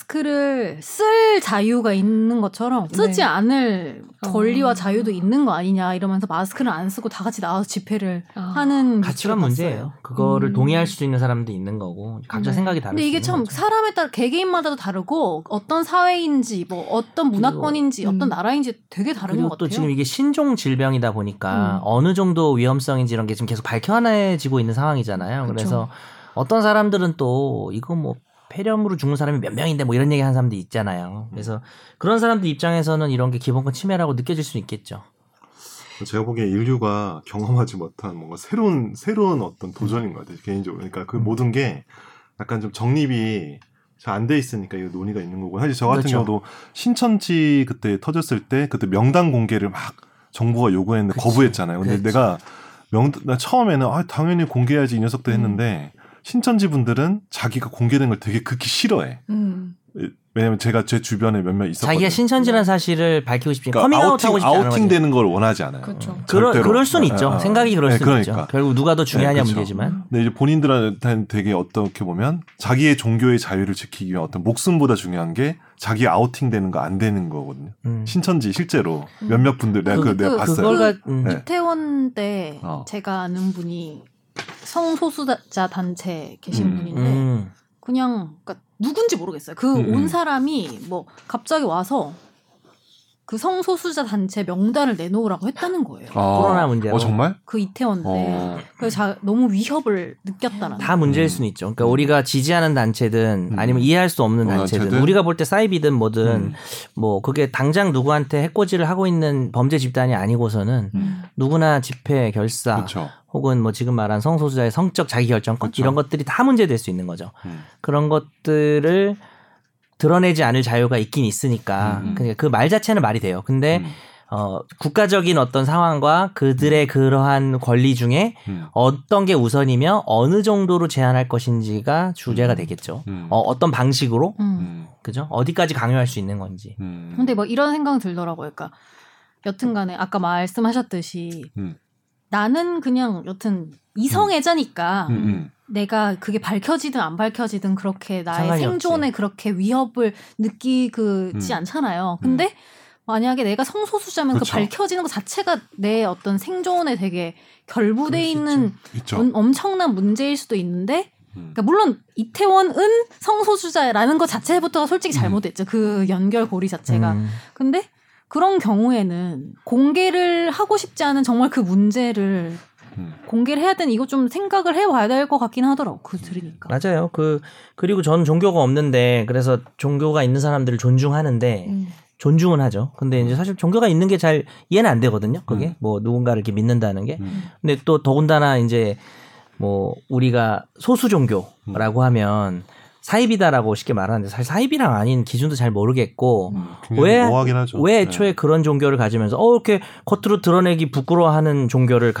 마스크를 쓸 자유가 있는 것처럼 쓰지 네. 않을 권리와 어. 자유도 있는 거 아니냐 이러면서 마스크를 안 쓰고 다 같이 나와서 집회를 아. 하는 뉴스를 가치관 문제예요. 봤어요. 음. 그거를 음. 동의할 수 있는 사람도 있는 거고 각자 네. 생각이 다를 근데 수 이게 있는 참 거죠. 사람에 따라 개개인마다도 다르고 어떤 사회인지 뭐 어떤 문화권인지 그리고- 음. 어떤 나라인지 되게 다른 그리고 것 또 같아요. 지금 이게 신종 질병이다 보니까 음. 어느 정도 위험성인지 이런 게 지금 계속 밝혀내지고 있는 상황이잖아요. 그래서 어떤 사람들은 또 이거 뭐 폐렴으로 죽는 사람이 몇 명인데 뭐 이런 얘기 하는 사람도 있잖아요. 음. 그래서 그런 사람들 입장에서는 이런 게 기본권 침해라고 느껴질 수는 있겠죠. 제가 보기에 인류가 경험하지 못한 뭔가 새로운 새로운 음. 어떤 도전인 것 같아요 개인적으로 그러니까 그 모든 게 약간 좀 정립이 잘 안 돼 있으니까 이거 논의가 있는 거고 사실 저 같은 그렇죠. 경우도 신천지 그때 터졌을 때 그때 명단 공개를 막 정부가 요구했는데 그치. 거부했잖아요 근데 그치. 내가 명 나 처음에는 아 당연히 공개해야지 이 음. 녀석도 했는데 신천지 분들은 자기가 공개된 걸 되게 극히 싫어해 음. 왜냐면 제가 제 주변에 몇 명 있었거든요 자기가 신천지라는 사실을 밝히고 네. 싶지 그러니까 커밍아웃하고 싶지 않은 아우팅 거죠. 되는 걸 원하지 않아요 그렇죠. 그럴, 절대로. 그럴 수는 아, 있죠. 아, 아. 생각이 그럴 네, 수는 있죠. 그러니까. 결국 누가 더 중요하냐 그렇죠. 음. 문제지만. 근데 이제 본인들한테는 되게 어떻게 보면 자기의 종교의 자유를 지키기 위한 어떤 목숨보다 중요한 게 자기 아우팅 되는 거 안 되는 거거든요. 음. 신천지 실제로 음. 몇몇 분들 내가 그, 그- 내가 그- 봤어요. 그걸 가, 음. 네. 이태원 때 어. 제가 아는 분이 성소수자 단체 계신 음, 분인데 음. 그냥 그러니까 누군지 모르겠어요. 그 음, 온 음. 사람이 뭐 갑자기 와서 그 성소수자 단체 명단을 내놓으라고 했다는 거예요. 코로나 문제로. 네. 어 정말? 그 이태원 때. 어. 그래서 자- 너무 위협을 느꼈다는. 다 문제일 음. 수는 있죠. 그러니까 음. 우리가 지지하는 단체든 음. 아니면 이해할 수 없는 어, 단체든 단체든? 우리가 볼 때 사이비든 뭐든 음. 뭐 그게 당장 누구한테 해코지를 하고 있는 범죄 집단이 아니고서는 음. 누구나 집회 결사 그렇죠. 혹은 뭐 지금 말한 성소수자의 성적 자기결정권 그쵸. 이런 것들이 다 문제될 수 있는 거죠. 음. 그런 것들을 드러내지 않을 자유가 있긴 있으니까 음. 그러니까 그 말 자체는 말이 돼요. 근데 음. 어, 국가적인 어떤 상황과 그들의 그러한 권리 중에 음. 어떤 게 우선이며 어느 정도로 제한할 것인지가 주제가 음. 되겠죠. 음. 어, 어떤 방식으로 음. 음. 그죠? 어디까지 강요할 수 있는 건지. 음. 근데 막 이런 생각 들더라고요. 그러니까 여튼간에 아까 말씀하셨듯이 음. 나는 그냥 여튼 이성애자니까 음, 음. 내가 그게 밝혀지든 안 밝혀지든 그렇게 나의 상관이 없지. 생존에 그렇게 위협을 느끼지 음. 그렇죠. 않잖아요. 근데 만약에 내가 성소수자면 그 그쵸. 밝혀지는 것 자체가 내 어떤 생존에 되게 결부돼 있는 있죠. 그렇죠. 엄- 엄청난 문제일 수도 있는데 음. 그러니까 물론 이태원은 성소수자라는 것 자체부터가 음. 솔직히 잘못됐죠. 그 연결고리 자체가. 음. 근데 그런 경우에는 공개를 하고 싶지 않은 정말 그 문제를 음. 공개를 해야 되는 이거 좀 생각을 해봐야 될 것 같긴 하더라고. 그 들으니까. 음. 맞아요. 그 그리고 저는 종교가 없는데 그래서 종교가 있는 사람들을 존중하는데 음. 존중은 하죠. 근데 이제 사실 종교가 있는 게 잘 이해는 안 되거든요. 그게 음. 뭐 누군가를 이렇게 믿는다는 게. 음. 근데 또 더군다나 이제 뭐 우리가 소수 종교라고 하면 사입이다라고 쉽게 말하는데 사실 사입이랑 아닌 기준도 잘 모르겠고 굉장히 왜- 모호하긴 하죠. 왜 네. 애초에 그런 종교를 가지면서 어 이렇게 겉으로 드러내기 부끄러워하는 종교를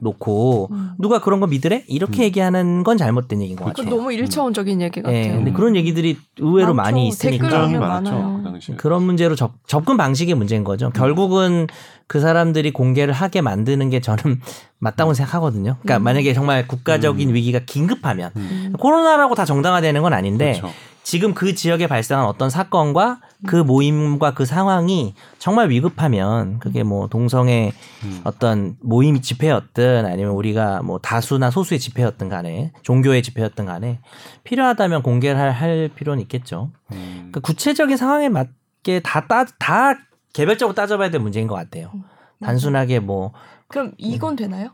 가져놓고 음. 누가 그런 거 믿으래? 음. 이렇게 음. 얘기하는 건 잘못된 얘기인 것 그 같아요. 그렇죠. 너무 일차원적인 얘기 예, 같아요. 음. 근데 그런 얘기들이 의외로 많죠. 많이 있으니까 굉장히 댓글 많았죠. 많아요. 그 당시에. 그런 문제로 접, 접근 방식의 문제인 거죠. 음. 결국은 그 사람들이 공개를 하게 만드는 게 저는 맞다고 생각하거든요. 그러니까 음. 만약에 정말 국가적인 음. 위기가 긴급하면 음. 코로나라고 다 정당화되는 건 아닌데 그렇죠. 지금 그 지역에 발생한 어떤 사건과 그 모임과 그 상황이 정말 위급하면 그게 뭐 동성애 음. 어떤 모임 집회였든 아니면 우리가 뭐 다수나 소수의 집회였든 간에 종교의 집회였든 간에 필요하다면 공개를 할, 할 필요는 있겠죠. 음. 그 구체적인 상황에 맞게 다 따 다 개별적으로 따져봐야 될 문제인 것 같아요. 단순하게 뭐 그럼 이건 되나요?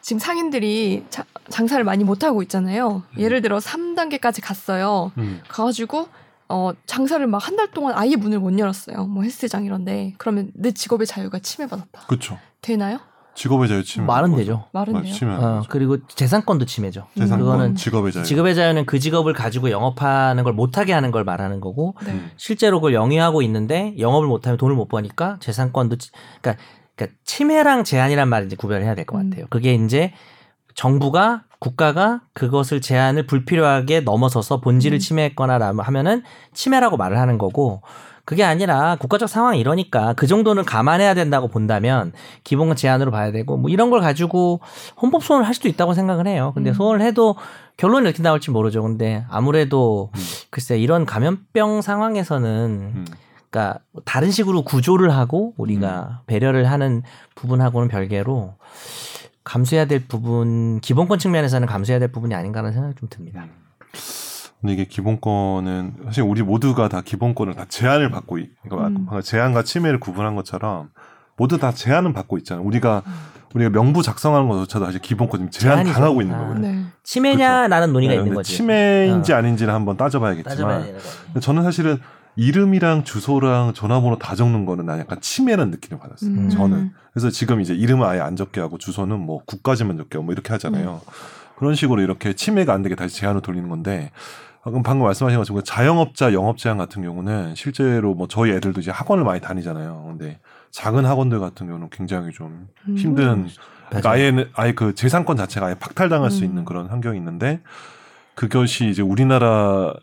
지금 상인들이 자- 장사를 많이 못하고 있잖아요. 음. 예를 들어 3단계까지 갔어요. 음. 가가지고 어, 장사를 막 한 달 동안 아예 문을 못 열었어요. 뭐 헬스장 이런데. 그러면 내 직업의 자유가 침해받았다. 그렇죠. 되나요? 직업의 자유 침해. 말은 되죠. 말은 돼요. 맞추면 어, 그리고 재산권도 침해죠. 세상권 그거는 직업의 자유. 직업의 자유는 그 직업을 가지고 영업하는 걸 못하게 하는 걸 말하는 거고 음. 네. 실제로 그걸 영위하고 있는데 영업을 못하면 돈을 못 버니까 재산권도 치- 그러니까, 그러니까 침해랑 제한이란 말을 이제 구별해야 을 될것 음. 같아요. 그게 이제 정부가 국가가 그것을 제한을 불필요하게 넘어서서 본질을 음. 침해했거나 라면- 하면은 침해라고 말을 하는 거고 그게 아니라 국가적 상황이 이러니까 그 정도는 감안해야 된다고 본다면 기본 제한으로 봐야 되고 뭐 이런 걸 가지고 헌법 소원을 할 수도 있다고 생각을 해요. 근데 음. 소원을 해도 결론이 이렇게 나올지 모르죠. 근데 아무래도 음. 글쎄 이런 감염병 상황에서는 음. 그러니까 다른 식으로 구조를 하고 우리가 음. 배려를 하는 부분하고는 별개로 감수해야 될 부분 기본권 측면에서는 감수해야 될 부분이 아닌가라는 생각이 좀 음. 듭니다. 근데 이게 기본권은 사실 우리 모두가 다 기본권을 다 제한을 받고 있- 그러니까 음. 방금 제한과 침해를 구분한 것처럼 모두 다 제한은 받고 있잖아요. 우리가 우리가 명부 작성하는 것조차도 사실 기본권 지금 제한 제한이죠. 당하고 있는 아. 거거든요. 네. 침해냐라는 논의가 네, 있는 근데 거지. 어. 침해인지 아닌지를 한번 따져봐야겠지만 따져봐야 되는 거지. 근데 저는 사실은 이름이랑 주소랑 전화번호 다 적는 거는 난 약간 침해라는 느낌을 받았어요. 음. 저는 그래서 지금 이제 이름은 아예 안 적게 하고 주소는 뭐 국까지만 적게 하고 뭐 이렇게 하잖아요. 그런 식으로 이렇게 침해가 안 되게 다시 제한을 돌리는 건데 아, 방금 방금 말씀하신 것처럼 자영업자 영업 제한 같은 경우는 실제로 뭐 저희 애들도 이제 학원을 많이 다니잖아요. 근데 작은 학원들 같은 경우는 굉장히 좀 음. 힘든 그러니까 맞아요. 아예 아예 그 재산권 자체가 아예 박탈당할 수 음. 있는 그런 환경이 있는데 그것이 이제 우리나라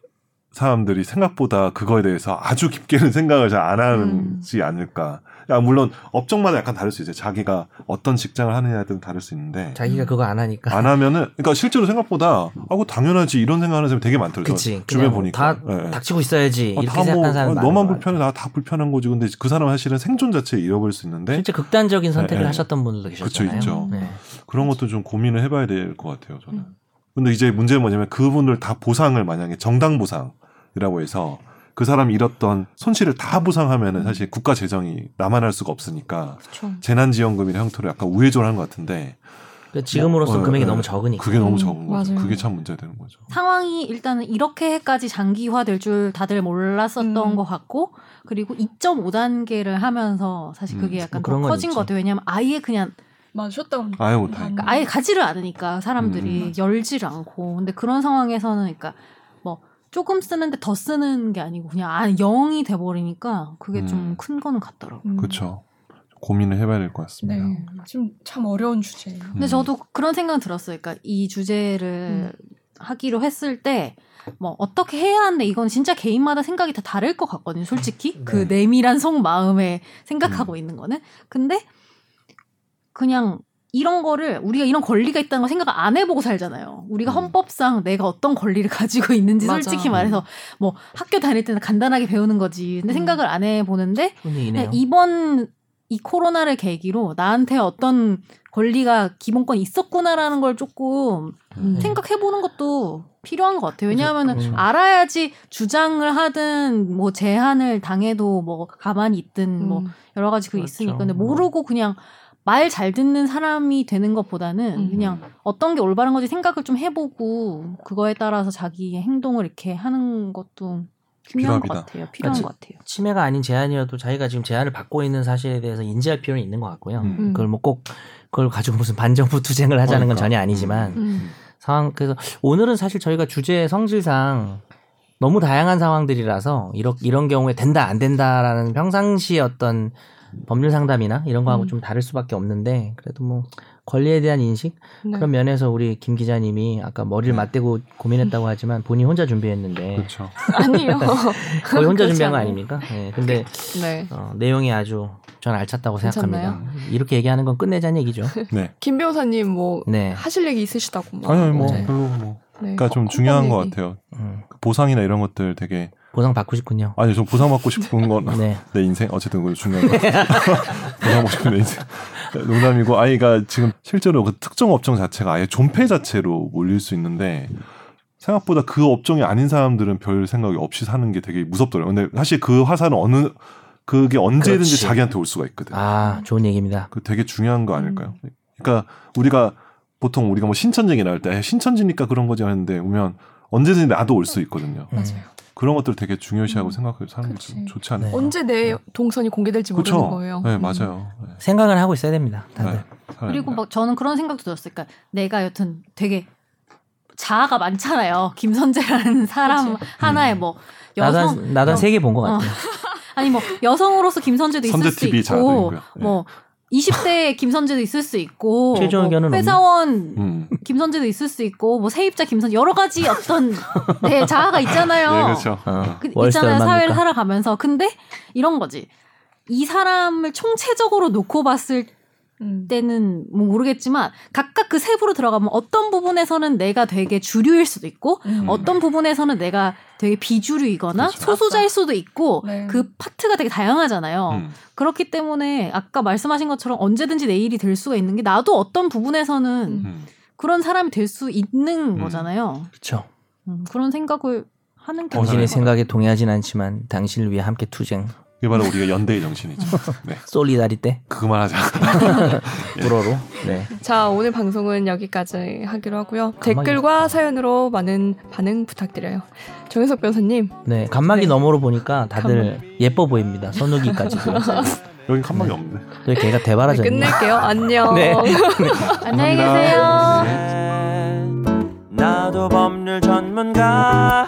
사람들이 생각보다 그거에 대해서 아주 깊게는 생각을 잘 안 하지 음. 않을까. 야, 물론 업종마다 약간 다를 수 있어요. 자기가 어떤 직장을 하느냐에 따라 다를 수 있는데 자기가 그거 안 하니까. 안 하면은 그러니까 실제로 생각보다 아고 당연하지 이런 생각하는 사람이 되게 많더라고요. 그치. 주변 그냥 뭐 보니까 다 예. 닥치고 있어야지. 아, 이렇게 다 뭐, 생각하는 아, 사람이 많아요. 너만 불편해, 나 다 불편한 거지. 근데 그 사람 사실은 생존 자체 를 잃어버릴 수 있는데 실제 극단적인 선택을 네, 네. 하셨던 분들도 그쵸, 계셨잖아요. 있죠. 네. 그런 것도 좀 고민을 해봐야 될 것 같아요. 저는. 음. 근데 이제 문제는 뭐냐면 그분들 다 보상을 만약에 정당 보상이라고 해서 그 사람 잃었던 손실을 다 보상하면은 사실 국가 재정이 남아날 수가 없으니까 그렇죠. 재난지원금이나 형태로 약간 우회적으로 하는 것 같은데 그러니까 지금으로서 어, 금액이 네. 너무 적으니까. 그게 너무 음, 적은 거죠. 맞아요. 그게 참 문제가 되는 거죠. 상황이 일단은 이렇게까지 장기화될 줄 다들 몰랐었던 음. 것 같고 그리고 2.5단계를 하면 사실 그게 음, 약간 그런 더 건 커진 있지. 것 같아요. 왜냐면 아예 음. 그냥 맞아, 셧다운. 아예 못하니까. 아예 가지를 않으니까 사람들이 음. 열질 않고 근데 그런 상황에서는 그러니까 뭐 조금 쓰는데 더 쓰는 게 아니고 그냥 아 0이 돼버리니까 그게 음. 좀 큰 거는 같더라고요. 음. 그렇죠. 고민을 해봐야 될 것 네, 같습니다. 지금 참 어려운 주제예요. 음. 근데 저도 그런 생각 들었어요. 그러니까 이 주제를 하기로 했을 때 뭐 어떻게 해야 하는데 이건 진짜 개인마다 생각이 다 다를 것 같거든요. 솔직히 그 네. 내밀한 속마음에 생각하고 있는 거는 근데 그냥 이런 거를 우리가 이런 권리가 있다는 걸 생각을 안 해보고 살잖아요. 우리가 음. 헌법상 내가 어떤 권리를 가지고 있는지 맞아. 솔직히 말해서 뭐 학교 다닐 때는 간단하게 배우는 거지. 음. 근데 생각을 안 해보는데 분위기네요. 그냥 이번 이 코로나를 계기로 나한테 어떤 권리가 기본권이 있었구나라는 걸 조금 음. 생각해보는 것도 필요한 것 같아요. 왜냐하면 그죠. 음. 알아야지 주장을 하든 뭐 음. 제한을 당해도 뭐 가만히 있든 뭐 여러 가지 그게 그렇죠. 있으니까 근데 뭐. 모르고 그냥 말 잘 듣는 사람이 되는 것보다는 음. 그냥 어떤 게 올바른 건지 생각을 좀 해보고 그거에 따라서 자기의 행동을 이렇게 하는 것도 중요한 필요합니다. 것 같아요. 필요한 그치. 것 같아요. 치매가 아닌 제한이어도 자기가 지금 제한을 받고 있는 사실에 대해서 인지할 필요는 있는 것 같고요. 음. 음. 그걸 뭐 꼭 그걸 가지고 무슨 반정부 투쟁을 하자는 건 그러니까. 전혀 아니지만 음. 상황 그래서 오늘은 사실 저희가 주제의 성질상 너무 다양한 상황들이라서 이런 이런 경우에 된다 안 된다라는 평상시 어떤 법률 상담이나 이런 거하고 음. 좀 다를 수밖에 없는데 그래도 뭐 권리에 대한 인식 네. 그런 면에서 우리 김 기자님이 아까 머리를 맞대고 고민했다고 하지만 본인 혼자 준비했는데 그렇죠. 아니요. 거의 혼자 그렇지 준비한 거 않아요. 아닙니까? 네, 근데 네. 어, 내용이 아주 전 알찼다고 괜찮나요? 생각합니다. 이렇게 얘기하는 건 끝내자는 얘기죠. 네. 김 변호사님 뭐 네. 하실 얘기 있으시다고. 막. 아니, 아니 뭐 네. 별로 뭐. 네. 그러니까 좀 꼼꼼히 중요한 것 얘기. 같아요. 음, 그 보상이나 이런 것들 되게 보상 받고 싶군요. 아니 좀 보상 받고 싶은 건 내 네. 인생 어쨌든 그게 중요한 거 보상 받고 싶은 내 인생 농담이고 아이가 지금 실제로 그 특정 업종 자체가 아예 존폐 자체로 몰릴 수 있는데 생각보다 그 업종이 아닌 사람들은 별 생각이 없이 사는 게 되게 무섭더라고요. 근데 사실 그 화살은 어느 그게 언제든지 그렇지. 자기한테 올 수가 있거든. 아 좋은 얘기입니다. 그 되게 중요한 거 아닐까요? 그러니까 우리가 보통 우리가 뭐 신천지기 나올 때 아, 신천지니까 그런 거지 하는데 보면 언제든지 나도 올 수 있거든요. 음. 맞아요. 그런 것들 되게 중요시하고 생각해서 사는 게 좀 그치. 좋지 않나요? 언제 내 동선이 공개될지 음. 그쵸? 모르는 거예요. 네, 음. 맞아요. 네. 생각을 하고 있어야 됩니다. 다들. 네, 사람이다. 그리고 막 저는 그런 생각도 들었어요. 그러니까 내가 여튼 되게 자아가 많잖아요. 김선재라는 사람 하나의 뭐 나도 여성 한, 나도 세개 본 것 어. 같아요. 아니 뭐 여성으로서 김선재도 있을 선제 수 TV 자아도 있고 있고요. 네. 뭐 20대 김선재도 있을 수 있고 최종 뭐 의견은 회사원 음. 김선재도 있을 수 있고 뭐 세입자 김선 여러 가지 어떤 네, 자아가 있잖아요. 네, 그렇죠. 어. 그 월세 있잖아요 얼마입니까? 사회를 살아가면서 근데 이런 거지 이 사람을 총체적으로 놓고 봤을 음. 네. 때는 뭐 모르겠지만 각각 그 세부로 들어가면 어떤 부분에서는 내가 되게 주류일 수도 있고 음. 어떤 부분에서는 내가 되게 비주류이거나 그렇죠. 소수자일 수도 있고 네. 그 파트가 되게 다양하잖아요. 음. 그렇기 때문에 아까 말씀하신 것처럼 언제든지 내 일이 될 수가 있는 게 나도 어떤 부분에서는 음. 음. 그런 사람이 될 수 있는 음. 거잖아요. 그렇죠. 음, 그런 생각을 하는 게 당신의 당연히. 생각에 동의하진 않지만 당신을 위해 함께 투쟁. 이게 바로 우리가 연대의 정신이죠. 네. 솔리다리때 그만 하자. 불어로. 네. 자, 오늘 방송은 여기까지 하기로 하고요. 가만히 댓글과 사연으로 많은 반응 부탁드려요. 정혜석 변호사님, 네. 간막이 네. 너머로 보니까 다들 예뻐 보입니다. 선우기까지도. 여기 한 방이 없네. 저희 개가 네, 대바라졌네. 끝낼게요. 안녕. 네. 안녕히 감사합니다. 네. 계세요. 네. 나도 법률 전문가